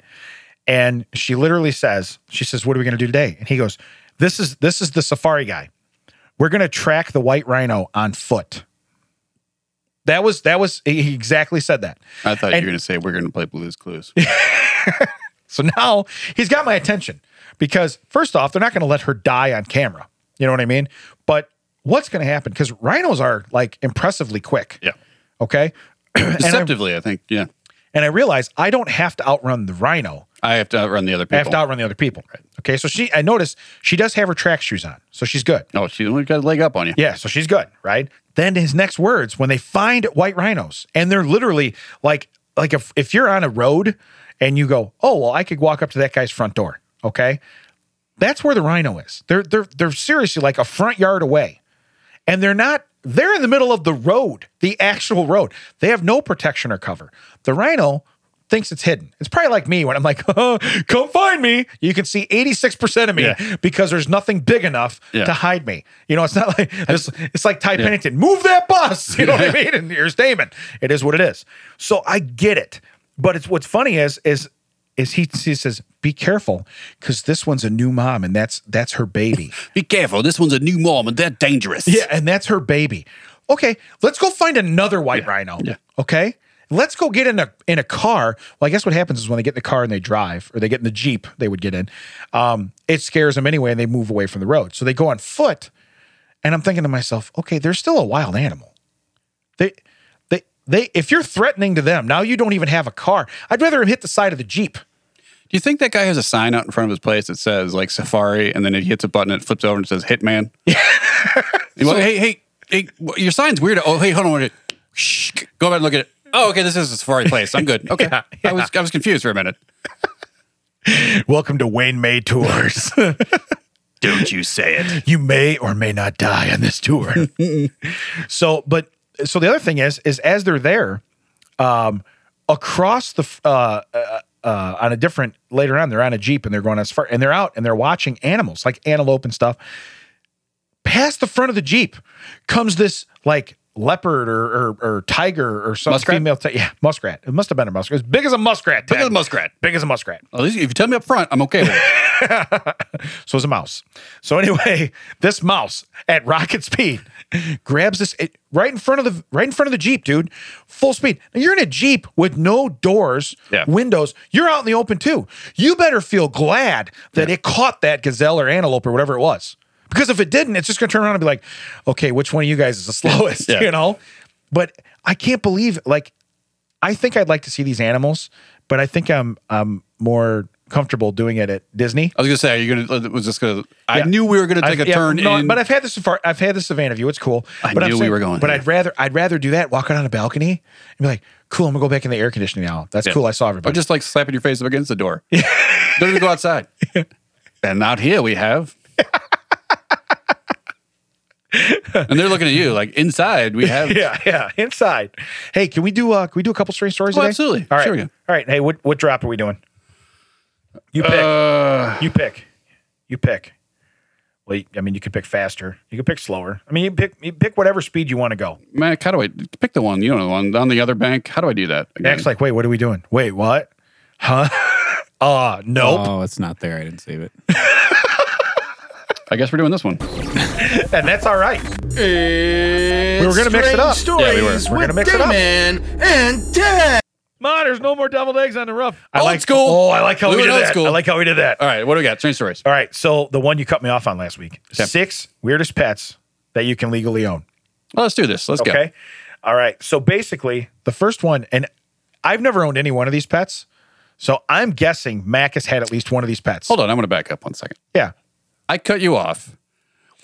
C: and she literally says she says what are we going to do today and he goes this is this is the safari guy we're going to track the white rhino on foot that was that was he exactly said that
A: I thought you
C: and-
A: were going to say we're going to play Blue's Clues.
C: so now he's got my attention because first off they're not going to let her die on camera you know what i mean but what's going to happen because rhinos are like impressively quick
A: Yeah.
C: okay and, I,
A: Deceptively, I think. Yeah.
C: and i realize i don't have to outrun the rhino
A: I have to outrun the other
C: i
A: people.
C: have to outrun the other people okay so she i noticed she does have her track shoes on so she's good
A: oh, she only got a leg up on you.
C: Yeah, so she's good, right? Then his next words when they find white rhinos, and they're literally like, like if if you're on a road and you go, oh well, I could walk up to that guy's front door, okay? That's where the rhino is. They're they're they're seriously like a front yard away, and they're not. They're in the middle of the road, the actual road. They have no protection or cover. The rhino thinks it's hidden. It's probably like me when I'm like, come find me. You can see 86% of me
A: Yeah.
C: because there's nothing big enough
A: Yeah.
C: to hide me. You know, it's not like this. It's like Ty Pennington, move that bus. You know what I mean? And here's Damon. It is what it is. So I get it. But it's what's funny is is is he, he says, be careful because this one's a new mom and that's that's her baby.
A: Be careful. This one's a new mom and they're dangerous.
C: Yeah, and that's her baby. Okay, let's go find another white rhino.
A: Yeah.
C: Okay. Let's go get in a in a car. Well, I guess what happens is when they get in the car and they drive, or they get in the jeep, they would get in. Um, it scares them anyway, and they move away from the road. So they go on foot. And I'm thinking to myself, okay, they're still a wild animal. They, they, they. If you're threatening to them now, you don't even have a car. I'd rather him hit the side of the jeep.
A: Do you think that guy has a sign out in front of his place that says like Safari, and then it hits a button, it flips over and says Hitman? He goes, hey, hey, hey, well, your sign's weird. Oh, hey, hold on, wait. Shh, go back and look at it. Oh, okay, this is a Safari place. I'm good. Okay, I was I was confused for a minute.
C: Welcome to Wayne May Tours.
A: Don't you say it?
C: you may or may not die on this tour. so, but so the other thing is is as they're there, um, across the f- uh, uh, uh, on a different later on they're on a jeep and they're going as far and they're out and they're watching animals like antelope and stuff. Past the front of the jeep comes this like leopard or or, or tiger or some
A: Muskrat?
C: female ti- yeah muskrat. It must have been a muskrat. As big as a muskrat.
A: Big as a
C: Ted.
A: muskrat.
C: Big as a muskrat.
A: At least if you tell me up front, I'm okay with it.
C: So it's a mouse. So anyway, this mouse at rocket speed grabs this it, right in front of the right in front of the jeep, dude. Full speed. Now, you're in a jeep with no doors,
A: Yeah.
C: windows. You're out in the open too. You better feel glad that it caught that gazelle or antelope or whatever it was. Because if it didn't, it's just gonna turn around and be like, okay, which one of you guys is the slowest?
A: Yeah.
C: You know. But I can't believe like I think I'd like to see these animals, but I think I'm I'm more comfortable doing it at Disney.
A: I was gonna say, are you gonna? Was just gonna? I
C: Yeah.
A: knew we were gonna take
C: I've-
A: a
C: yeah,
A: turn
C: no,
A: in.
C: But I've had this before. I've had this Savannah view. It's cool.
A: I
C: but
A: knew we were going
C: But
A: there.
C: I'd rather I'd rather do that. Walk out on a balcony and be like, "Cool, I'm gonna go back in the air conditioning now. That's
A: Yeah.
C: cool. I saw
A: or
C: everybody."
A: just like slapping your face up against the door. Don't even go outside. And out here we have. and they're looking at you like inside we have.
C: yeah, yeah. Inside. Hey, can we do uh can we do a couple strange stories?
A: Oh,
C: today?
A: absolutely.
C: All right.
A: Sure we can.
C: All right. Hey, what what drop are we doing? You pick.
A: Uh,
C: you pick. You pick. Well, you- I mean, you could pick faster. You could pick slower. I mean, you pick you pick whatever speed you want to go.
A: Mac, how do I pick the one? You know, the one on the other bank. How do I do that? again?
C: Mac's like, wait, what are we doing? Wait, what? Huh? Uh, nope.
D: Oh, it's not there. I didn't save it.
A: I guess we're doing this one.
C: and that's all right.
E: We
C: were gonna mix it up.
A: Yeah, we were.
E: Stories
C: We're gonna
E: with
C: mix it up.
E: Damon and Ted.
B: Ma, there's no more deviled eggs on the roof.
C: I
A: Old
C: like,
A: school.
C: Oh, I like how
A: We
C: we,
A: went
C: did
A: old
C: that.
A: school.
C: I like how we did that.
A: All right, what do we got? Strange stories.
C: All right. So the one you cut me off on last week.
A: Okay.
C: Six weirdest pets that you can legally own.
A: Well, let's do this. Let's go.
C: Okay. All right. So basically, the first one, and I've never owned any one of these pets. So I'm guessing Mac has had at least one of these pets.
A: Hold on, I'm going to back up one second.
C: Yeah.
A: I cut you off.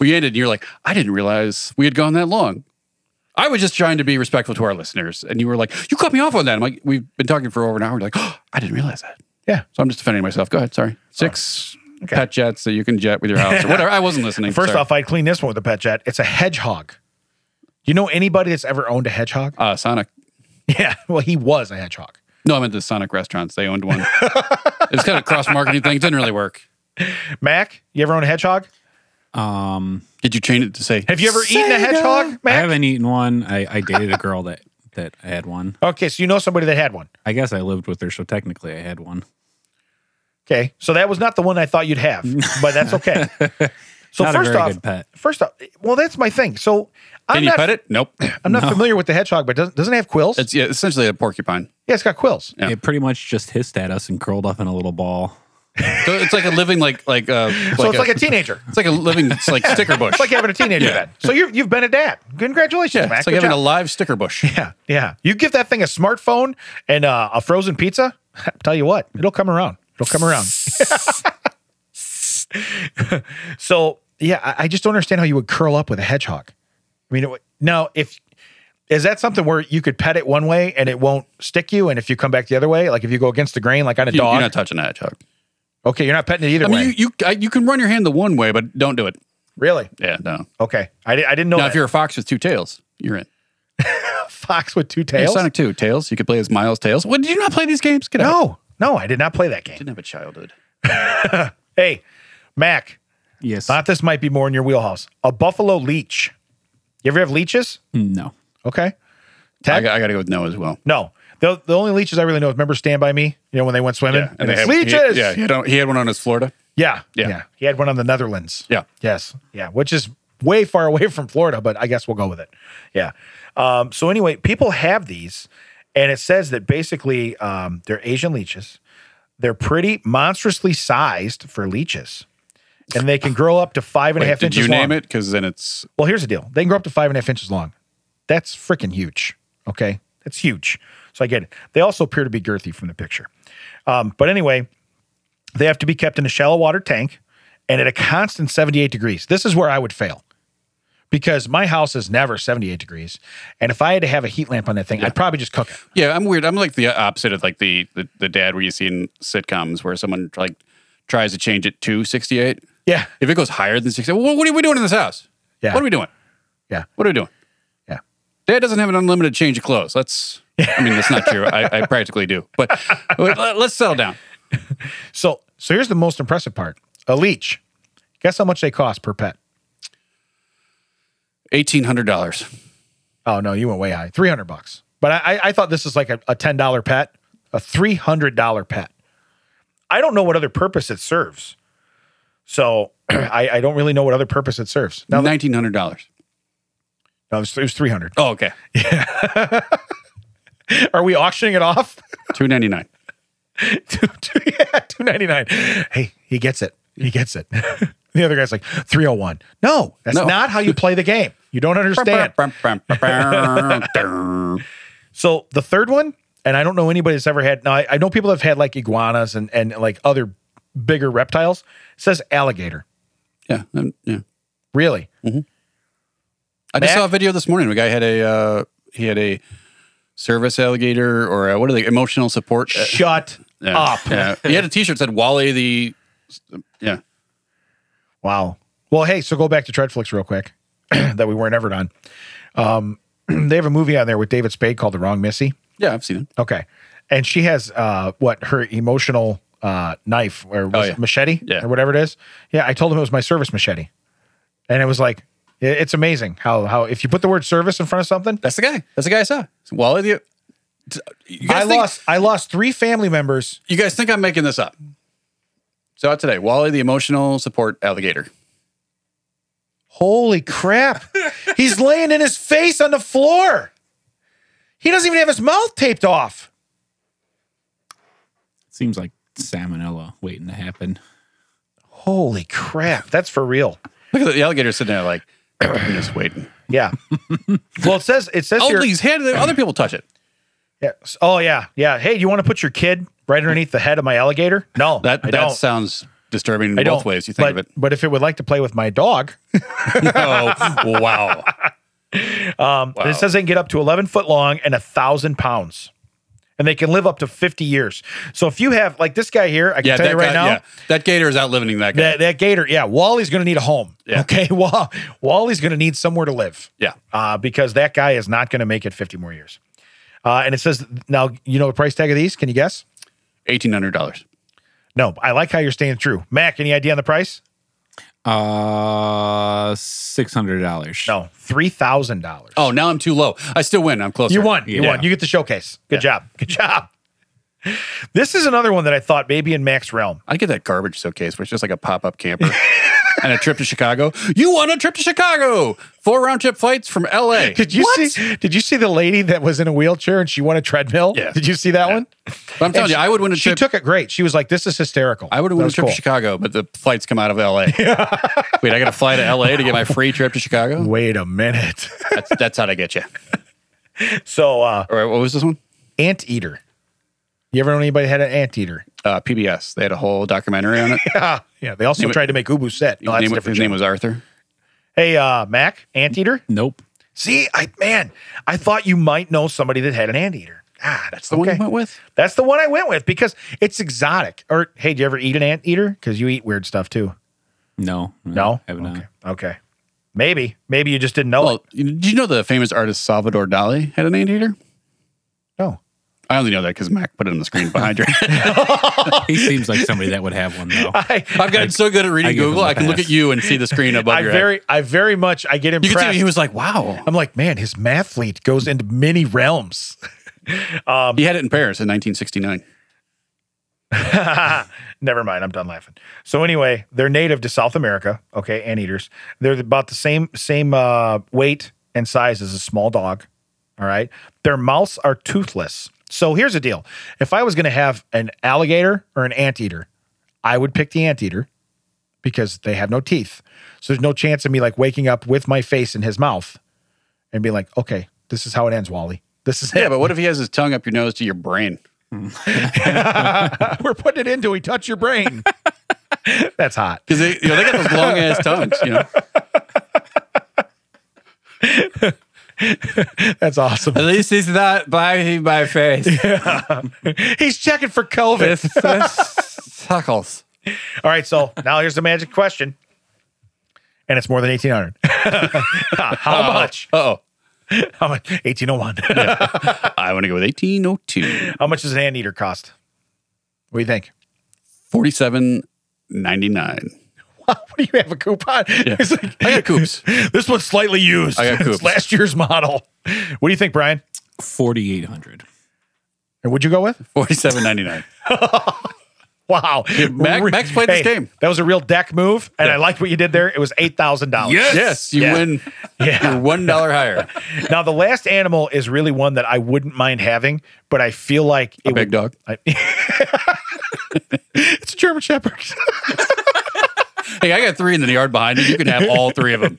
A: We ended, and you're like, I didn't realize we had gone that long. I was just trying to be respectful to our listeners, and you were like, "You cut me off on that." I'm like, "We've been talking for over an hour." You're like, oh, "I didn't realize that."
C: Yeah. Uh,
A: So I'm just defending myself. Go ahead. Sorry. Six
C: Okay.
A: pet jets that you can jet with your house or whatever. I wasn't listening.
C: First
A: Sorry.
C: off, I'd clean this one with a pet jet. It's a hedgehog. You know anybody that's ever owned a hedgehog?
A: uh, Sonic.
C: Yeah. Well, he was a hedgehog.
A: No, I meant the Sonic restaurants. They owned one. it was kind of a cross marketing thing. It didn't really work.
C: Mac, you ever own a hedgehog?
D: Um,
A: Did you change it to say?
C: Have you ever eaten a hedgehog,
D: I
C: Mac?
D: haven't eaten one. I, I dated a girl that that had one.
C: Okay, so you know somebody that had one.
D: I guess I lived with her, so technically I had one.
C: Okay, so that was not the one I thought you'd have, but that's okay. So
D: Not a
C: first
D: very
C: off,
D: good pet.
C: first off, well, that's my thing. So I'm
A: Can you
C: not,
A: pet it? Nope.
C: I'm not familiar with the hedgehog, but doesn't doesn't it have quills?
A: It's yeah, essentially a porcupine.
C: yeah, it's got quills.
A: Yeah.
D: It pretty much just hissed at us and curled up in a little ball.
A: So it's like a living like like uh like
C: So it's like a teenager.
A: It's like a living it's like sticker bush.
C: It's like having a teenager then. So you've you've been a dad. Congratulations,
A: yeah,
C: Mac.
A: it's like
C: Good
A: having a
C: job.
A: live sticker bush.
C: yeah, yeah. You give that thing a smartphone and uh, a frozen pizza. Tell you what, it'll come around. It'll come around. so yeah, I, I just don't understand how you would curl up with a hedgehog. I mean, it, would- now if is that something where you could pet it one way and it won't stick you, and if you come back the other way, like if you go against the grain, like on a
A: You,
C: dog,
A: are not touching that hedgehog.
C: okay, you're not petting it either
A: I mean,
C: way.
A: you you, I, you can run your hand the one way, but don't do it.
C: really?
A: Yeah, no.
C: Okay, I, di- I didn't know.
A: Now,
C: that.
A: if you're a fox with two tails, you're in.
C: a fox with two
A: Yeah,
C: tails,
A: Sonic Two Tails. You could play as Miles Tails. What did you not play these games? Get out.
C: no, no, I did not play that game.
A: Didn't have a childhood.
C: Hey, Mac,
D: Yes.
C: thought this might be more in your wheelhouse. A buffalo leech. You ever have leeches?
D: no.
C: Okay.
A: I,
C: Ted?
A: got, I got to go with no as well.
C: No. The, the only leeches I really know is remember Stand By Me, you know, when they went swimming?
A: Yeah,
C: and
A: they
C: it's
A: had-
C: leeches.
A: He, yeah, he had, he had one on his Florida.
C: yeah,
A: Yeah.
C: He had one on the Netherlands.
A: Yeah.
C: Yes. Yeah. Which is way far away from Florida, but I guess we'll go with it. Yeah. Um, so anyway, people have these, and it says that basically um, they're Asian leeches. They're pretty monstrously sized for leeches. And they can grow up to five and a
A: Wait,
C: half
A: did
C: inches
A: you
C: long.
A: name it? Because then it's
C: Well, here's the deal. They can grow up to five and a half inches long. That's freaking huge. Okay. That's huge. So I get it. They also appear to be girthy from the picture. Um, but anyway, they have to be kept in a shallow water tank and at a constant 78 degrees. This is where I would fail because my house is never 78 degrees. And if I had to have a heat lamp on that thing, I'd probably just cook it.
A: Yeah, I'm weird. I'm like the opposite of like the the, the dad where you see in sitcoms where someone like tries to change it to 68.
C: Yeah.
A: If it goes higher than 68, well, what are we doing in this house?
C: Yeah.
A: What are we doing?
C: Yeah.
A: What are we doing?
C: Yeah.
A: Dad doesn't have an unlimited change of clothes. That's, I mean, that's not true. I, I practically do, but, but let- let's settle down.
C: So so here's the most impressive part. A leech. Guess how much they cost per pet?
A: Eighteen hundred dollars.
C: Oh no, you went way high. Three hundred bucks. But I, I- I thought this is like a, a ten dollar pet, a three hundred dollar pet. I don't know what other purpose it serves. So I, I don't really know what other purpose it serves. No,
A: Nineteen hundred dollars.
C: no it was, it was three hundred.
A: Oh, okay.
C: Are we auctioning it off?
A: Two ninety nine.
C: two, two, yeah, two ninety nine. Hey, he gets it. He gets it. the other guy's like three hundred one. No, that's
A: No.
C: not how you play the game. You don't understand. So the third one, and I don't know anybody that's ever had. Now I, I know people have had like iguanas and and like other bigger reptiles. It says alligator.
A: yeah, um, yeah.
C: Really?
A: I just
C: Mac?
A: saw a video this morning. The guy had a uh, he had a service alligator or uh what are they emotional support? uh,
C: Shut
A: yeah,
C: up!
A: yeah. He had a T-shirt that said Wally the yeah.
C: Wow. Well, hey, so go back to Treadflix real quick that we weren't ever done. Um, they have a movie on there with David Spade called The Wrong Missy.
A: Yeah, I've seen him.
C: Okay, and she has uh, what her emotional uh, knife or was
A: yeah.
C: it machete
A: Yeah.
C: or whatever it is. Yeah, I told him it was my service machete, and it was like it- it's amazing how how if you put the word service in front of something,
A: That's the guy. That's the guy I saw. It's Wally the. You guys
C: I
A: think,
C: lost I lost three family members.
A: You guys think I'm making this up? So out today, Wally the emotional support alligator.
C: Holy crap. He's laying in his face on the floor. He doesn't even have his mouth taped off.
D: Seems like salmonella waiting to happen.
C: Holy crap. That's for real.
A: Look at the, the alligator sitting there like I'm just waiting.
C: Yeah. well, it says it says
A: Oh,
C: here.
A: please, hand the other people touch it.
C: Yeah. Oh yeah. Yeah. Hey, you want to put your kid right underneath the head of my alligator? No.
A: That
C: I
A: that
C: don't.
A: sounds disturbing in
C: I don't.
A: both ways. You think
C: but,
A: of it.
C: But if it would like to play with my dog,
A: Oh wow.
C: And it says they can um, get up to 11 foot long and a thousand pounds. And they can live up to 50 years. So if you have, like this guy here, I can
A: Yeah,
C: tell
A: that
C: you right
A: guy,
C: now,
A: yeah, that gator is outliving that guy.
C: that, that gator, yeah, Wally's going to need a home.
A: Yeah.
C: Okay. Wall, Wally's going to need somewhere to live
A: yeah.
C: uh, because that guy is not going to make it 50 more years. Uh, and it says, now, you know the price tag of these? Can you guess?
A: Eighteen hundred dollars.
C: No, I like how you're staying true. Mac, any idea on the price?
D: Uh, six hundred dollars.
C: No, $3,000.
A: Oh, now I'm too low. I still win. I'm closer.
C: You won. You
D: Yeah.
C: won. You get the showcase. Good job. Good job. This is another one that I thought maybe in Mac's realm.
A: I get that garbage suitcase, which is just like a pop up camper. and a trip to Chicago. You won a trip to Chicago. Four round trip flights from LA.
C: Did you see? Did you see the lady that was in a wheelchair and she won a treadmill?
A: Yeah.
C: Did you see that one?
A: But I'm telling
C: And
A: you, I would win a
C: She
A: trip.
C: took it great. She was like, "This is hysterical."
A: I would have won
C: That
A: a
C: was
A: trip
C: cool.
A: to Chicago, but the flights come out of LA. Wait, I got to fly to LA to get my free trip to Chicago?
C: Wait a minute.
A: That's, that's how they get you.
C: so, uh,
A: All right, what was this one?
C: anteater. You ever know anybody had an anteater?
A: Uh, PBS. They had a whole documentary on it.
C: Yeah. Yeah. They also
A: Name it-
C: tried to make Ubu set. No, that's
A: His
C: a
A: name-
C: different.
A: his name
C: show.
A: was Arthur.
C: hey, uh, Mac, anteater.
D: Nope.
C: See, I man, I thought you might know somebody that had an anteater. Ah,
A: That's the one you Oh, went with?
C: That's the one I went with because it's exotic. Or hey, do you ever eat an anteater? Because you eat weird stuff too.
D: No.
C: No.
D: Have not.
C: okay. okay. Maybe. Maybe you just didn't know. it.
A: Well, did you know the famous artist Salvador Dali had an anteater?
C: No.
A: I only know that because Mac put it on the screen behind your head.
D: He seems like somebody that would have one though.
C: I,
A: I've gotten so good at reading
D: I give him
A: Google,
D: a
A: I can look
D: pass.
A: at you and see the screen above
C: I
A: your
C: very,
A: head.
C: I very much, I get
A: You
C: impressed.
A: can see he was like, wow.
C: I'm like, man, his mathlete goes into many realms.
A: He had it in Paris in 1969.
C: Never mind, I'm done laughing. So anyway, they're native to South America. Okay, anteaters. They're about the same same uh, weight and size as a small dog. All right. Their mouths are toothless. So here's the deal: if I was going to have an alligator or an anteater, I would pick the anteater because they have no teeth. So there's no chance of me like waking up with my face in his mouth and being like, okay, this is how it ends, Wally. This is
A: Yeah,
C: it.
A: but what if he has his tongue up your nose to your brain?
C: We're putting it into we touch your brain. That's hot.
A: Because they, you know, they got those long ass tongues, you know.
C: That's awesome.
F: At least he's not biting my face.
C: He's checking for COVID.
F: This- this suckles.
C: All right, so now here's the magic question. And it's more than 1800. How much?
A: Uh oh.
C: How much? 1801.
A: I want to go with 1802.
C: How much does an anteater cost? What do you think?
A: 47.99.
C: What do you have a coupon? It's like,
A: I got coops.
C: this one's slightly used.
A: I got
C: It's
A: coops.
C: last year's model. What do you think, Brian?
D: Forty eight hundred.
C: And would you go with?
A: 47.99.
C: Wow.
A: Mac-
C: Re-
A: Max played this game.
C: That was a real deck move. And I like what you did there. It was $8,000.
A: Yes, you
C: Yeah.
A: win.
C: Yeah.
A: You're one dollar higher.
C: Now, the last animal is really one that I wouldn't mind having, but I feel like it
A: A big dog.
C: would, it's a German Shepherd.
A: Hey, I got three in the yard behind you. You can have all three of them.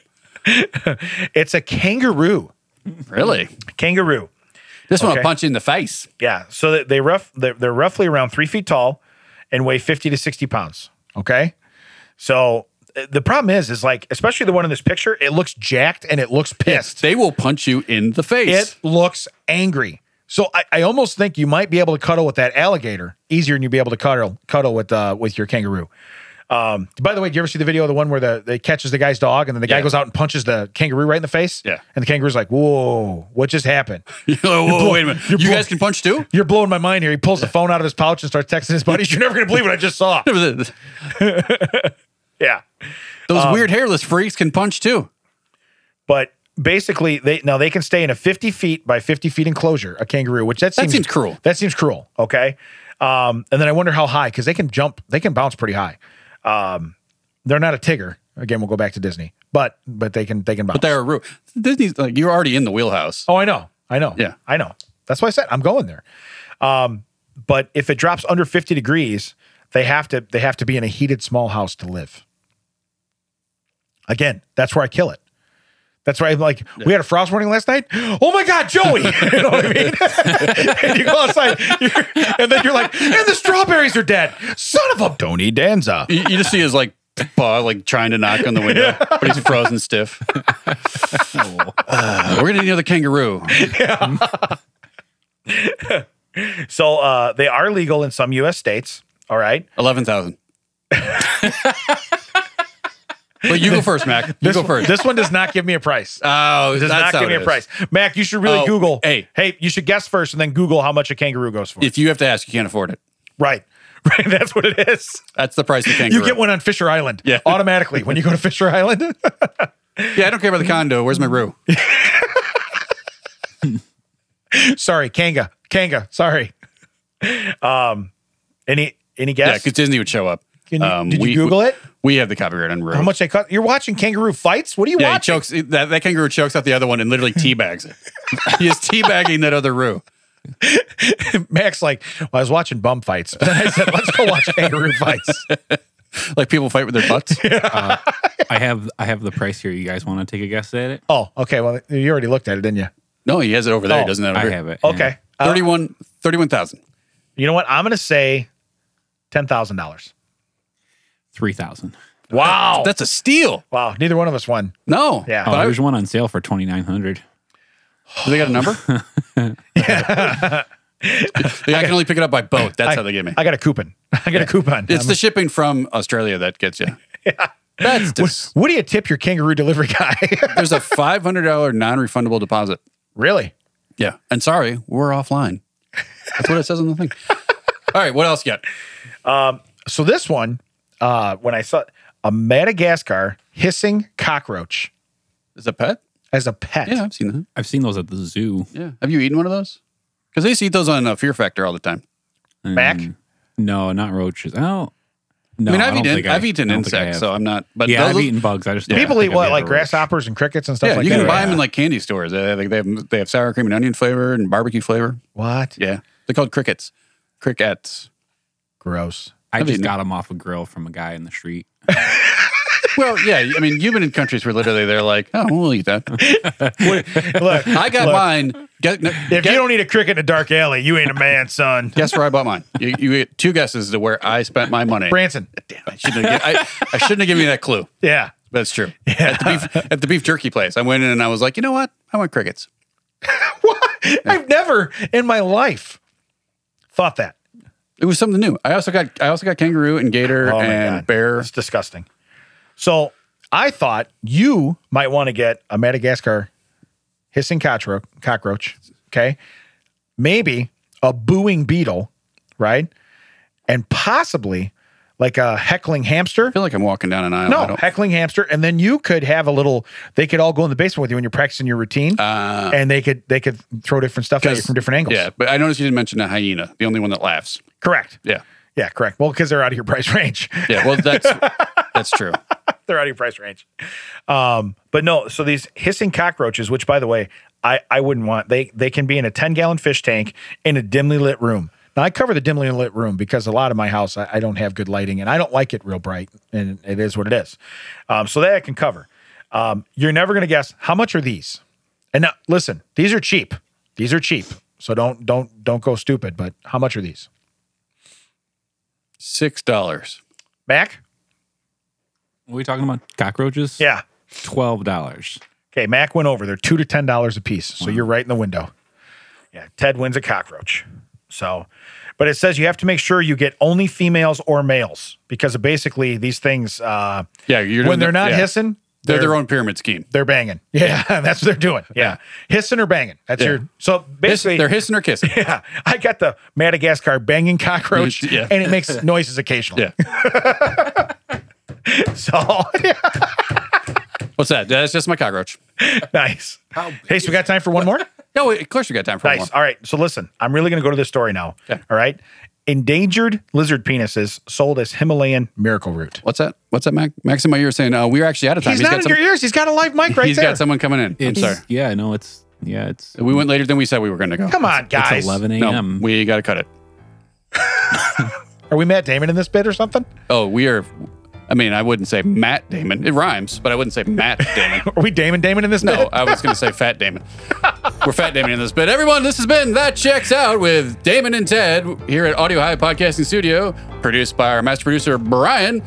C: it's a kangaroo.
A: Really?
C: Kangaroo.
A: This one
C: Okay.
A: will punch you in the face.
C: Yeah. So they- they rough they're, they're roughly around three feet tall and weigh fifty to sixty pounds. Okay. So uh, the problem is, is like especially the one in this picture, it looks jacked and it looks pissed.
A: They will punch you in the face.
C: It looks angry. So I, I almost think you might be able to cuddle with that alligator easier than you'd be able to cuddle cuddle with uh, with your kangaroo. Um, by the way, do you ever see the video of the one where the they catches the guy's dog and then the guy
A: Yeah.
C: goes out and punches the kangaroo right in the face?
A: Yeah.
C: And the kangaroo's like, "Whoa, what just happened?"
A: You're like, whoa,
C: blow-
A: wait a minute.
C: you're
A: You
C: blow-
A: guys can punch too?
C: You're blowing my mind here. He pulls the phone out of his pouch and starts texting his buddies. You're never going to believe what I just saw.
A: Those
C: Yeah. Um,
A: weird hairless freaks can punch too.
C: But basically, they now they can stay in a 50 feet by 50 feet enclosure, a kangaroo, which that
A: That
C: seems,
A: seems cruel.
C: That seems cruel. Okay. Um, and then I wonder how high, because they can jump, they can bounce pretty high. Um, they're not a tigger. Again, we'll go back to Disney, but but they can they can bounce.
A: But they're a ru- Disney's like you're already in the wheelhouse.
C: Oh, I know. I know.
A: Yeah.
C: I know. That's why I said I'm going there. Um, but if it drops under 50 degrees, they have to they have to be in a heated small house to live. Again, that's where I kill it. That's why I'm like, we had a frost warning last night. Oh my God, Joey. you know what I mean? and you go outside, you're- and then you're like, and the strawberries are dead. Son of a Tony Danza.
A: You, you just see his like paw like trying to knock on the window, but he's frozen stiff. Uh, we're gonna need another kangaroo.
C: So uh, they are legal in some US states. All right.
A: Eleven thousand. but you go first, Mac. You
C: This,
A: go first.
C: this one does not give me a price.
A: oh,
C: does not give me a price. Mac, you should really
A: Oh,
C: Google.
A: hey.
C: hey, you should guess first and then Google how much a kangaroo goes for.
A: If you have to ask, you can't afford it.
C: right, right. That's what it is.
A: That's the price of the kangaroo.
C: You get one on Fisher Island,
A: Yeah.
C: automatically when you go to Fisher Island.
A: Yeah, I don't care about the condo. Where's my roo?
C: sorry, Kanga, Kanga. Sorry. Um, any any
A: Yeah,
C: guess?
A: because Disney would show up.
C: Can you-
A: Um,
C: did you
A: we-
C: Google it?
A: We have the copyright on roo.
C: how much they cut? You're watching kangaroo fights. What are you
A: Yeah, he
C: watching?
A: chokes that, that kangaroo chokes out the other one and literally teabags it. he is teabagging that other roo.
C: Mac's like, well, I was watching bum fights, but then I said, let's go watch kangaroo fights.
A: Like people fight with their butts.
D: I have I have the price here. You guys want to take a guess at it?
C: Oh, okay. Well, you already looked at it, didn't you?
A: No, he has it over there,
C: Oh,
A: doesn't he?
D: I have it. yeah.
C: Okay. Uh,
A: 31 31,000.
C: you know what? I'm gonna say ten thousand dollars.
D: Three thousand.
C: Wow.
A: That's a steal.
C: Wow, neither one of us won.
A: No.
C: Oh. Yeah.
D: Oh,
A: But I-
D: there's one on sale for twenty nine hundred.
A: do they got a number? yeah, I can only pick it up by boat. That's how they get me.
C: I got a coupon. I got a coupon.
A: it's
C: Um,
A: the shipping from Australia that gets you. That's dis-
C: what do you tip your kangaroo delivery guy?
A: there's a five hundred dollar non refundable deposit.
C: really?
A: Yeah. And sorry, we're offline. That's what it says on the thing. All right, what else you got?
C: So this one, uh, when I saw a Madagascar hissing cockroach
A: Is it a pet?
C: as a pet.
A: Yeah, I've seen that.
D: I've seen those at the zoo.
A: Yeah. Have you eaten one of those? Because they used to eat those on uh, Fear Factor all the time.
C: Mac?
D: No, not roaches. Oh, no.
A: I mean, I've
D: don't
A: eaten
D: think I-
A: I've eaten
D: I don't think I
A: insects,
D: have.
A: so I'm not. But
D: yeah,
A: those,
D: I've eaten bugs. I just don't
C: People
D: think
C: eat
D: I've
C: what,
D: ever
C: like
D: roached.
C: grasshoppers and crickets and stuff
A: yeah,
C: like
A: you can
C: that.
A: buy them in like candy stores. Uh, They, they have they have sour cream and onion flavor and barbecue flavor.
C: what?
A: Yeah, they're called crickets. Crickets.
C: Gross.
D: I
A: I've
D: just
A: eaten-
D: got them off a grill from a guy in the street.
A: Well, yeah, I mean, you've been in countries where literally they're like, oh, we'll eat that.
C: Look,
A: I got
C: Look.
A: mine. Get, no,
C: if
A: get-
C: you don't eat a cricket in a dark alley, you ain't a man, son.
A: guess where I bought mine. You, you get two guesses to where I spent my money.
C: Branson.
A: Damn, I shouldn't have. gi- I, I shouldn't have given you that clue.
C: Yeah.
A: That's true. At, the beef, at the beef jerky place, I went in and I was like, you know what? I want crickets.
C: What? I've never in my life thought that.
A: It was something new. I also got I also got kangaroo and gator
C: Oh my
A: and
C: God.
A: bear.
C: It's disgusting. So I thought you might want to get a Madagascar hissing cockroach, cockroach, okay? Maybe a booing beetle, right? And possibly like a heckling hamster.
A: feel like I'm walking down an aisle. I
C: No,
A: don't-
C: heckling hamster, and then you could have a little. They could all go in the basement with you when you're practicing your routine,
A: Ah.
C: and they could they could throw different stuff at you
A: 'Cause-
C: from different angles.
A: Yeah, but I noticed you didn't mention a hyena, the only one that laughs.
C: correct.
A: Yeah,
C: Yeah, correct. Well, because they're out of your price range.
A: yeah. Well, that's that's true.
C: they're out of your price range. Um, but no, so these hissing cockroaches, which by the way, I, I wouldn't want. They they can be in a 10 gallon fish tank in a dimly lit room. Now I cover the dimly lit room because a lot of my house I, I don't have good lighting and I don't like it real bright, and it is what it is. Um, so that I can cover. Um, you're never gonna guess how much are these? And now listen, these are cheap. These are cheap. So don't don't don't go stupid, but how much are these?
A: Six dollars.
C: Mac?
D: What are we talking about? Cockroaches?
C: Yeah.
D: Twelve dollars.
C: Okay, Mac went over. They're two to ten dollars a piece. So you're right in the window. Yeah, Ted wins a cockroach. So, but it says you have to make sure you get only females or males because basically these things, uh,
A: Yeah, you're
C: when they're not
A: yeah.
C: hissing,
A: they're, their own pyramid scheme.
C: They're banging. Yeah, that's what they're doing. Yeah, hissing or banging. That's
A: Yeah.
C: your. So
A: Hiss-
C: basically,
A: they're hissing or kissing.
C: yeah, I got the Madagascar banging cockroach,
A: Yeah.
C: and it makes noises occasionally.
A: Yeah.
C: So
A: What's that? That's just my cockroach.
C: nice. Hey, so we got time for one more.
A: No, wait, of course you got time for
C: Nice.
A: one.
C: All right. So listen, I'm really going to go to this story now.
A: Okay.
C: All right. Endangered lizard penises sold as Himalayan miracle root.
A: What's that? What's that, Mac? Max in my ear saying, "Oh, we're actually out of time."
C: He's, not in
A: got some,
C: your ears. He's got a live mic right
A: he's
C: there.
A: got someone coming in. I'm
D: It's-
A: sorry.
D: Yeah, no, it's yeah, it's
A: We went later than we said we were going to go.
C: Come on, guys.
D: it's eleven
A: No,
D: a.m.
A: we got to cut it.
C: Are we Matt Damon in this bit or something?
A: Oh, we are. I mean, I wouldn't say Matt Damon. It rhymes, but I wouldn't say Matt Damon.
C: Are we Damon Damon in this
A: No,
C: bit?
A: Oh, I was going to say Fat Damon. We're Fat Damon in this bit. Everyone, this has been That Checks Out with Damon and Ted here at Audio High Podcasting Studio, produced by our master producer, Brian.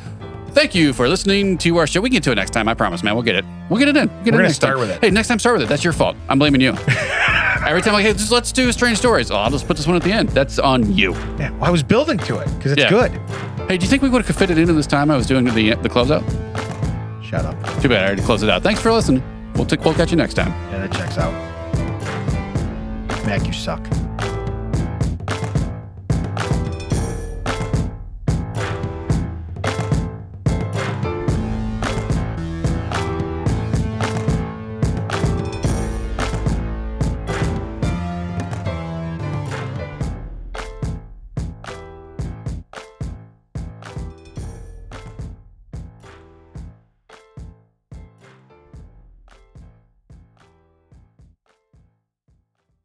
A: Thank you for listening to our show. We get to it next time, I promise, man. We'll get it. We'll get it in. We'll get
C: We're
A: it
C: gonna
A: next
C: start
A: time.
C: with it.
A: Hey, next time, start with it. That's your fault. I'm blaming you. Every time, like, hey, just let's do strange stories. Oh, I'll just put this one at the end. That's on you.
C: Yeah, well, I was building to it because it's
A: Yeah.
C: good.
A: Hey, do you think we would have fit it into this time I was doing the the closeout?
C: Shut up.
A: Too bad I already closed it out. Thanks for listening. We'll, t- we'll catch you next time.
C: Yeah, that checks out. Mac, you suck.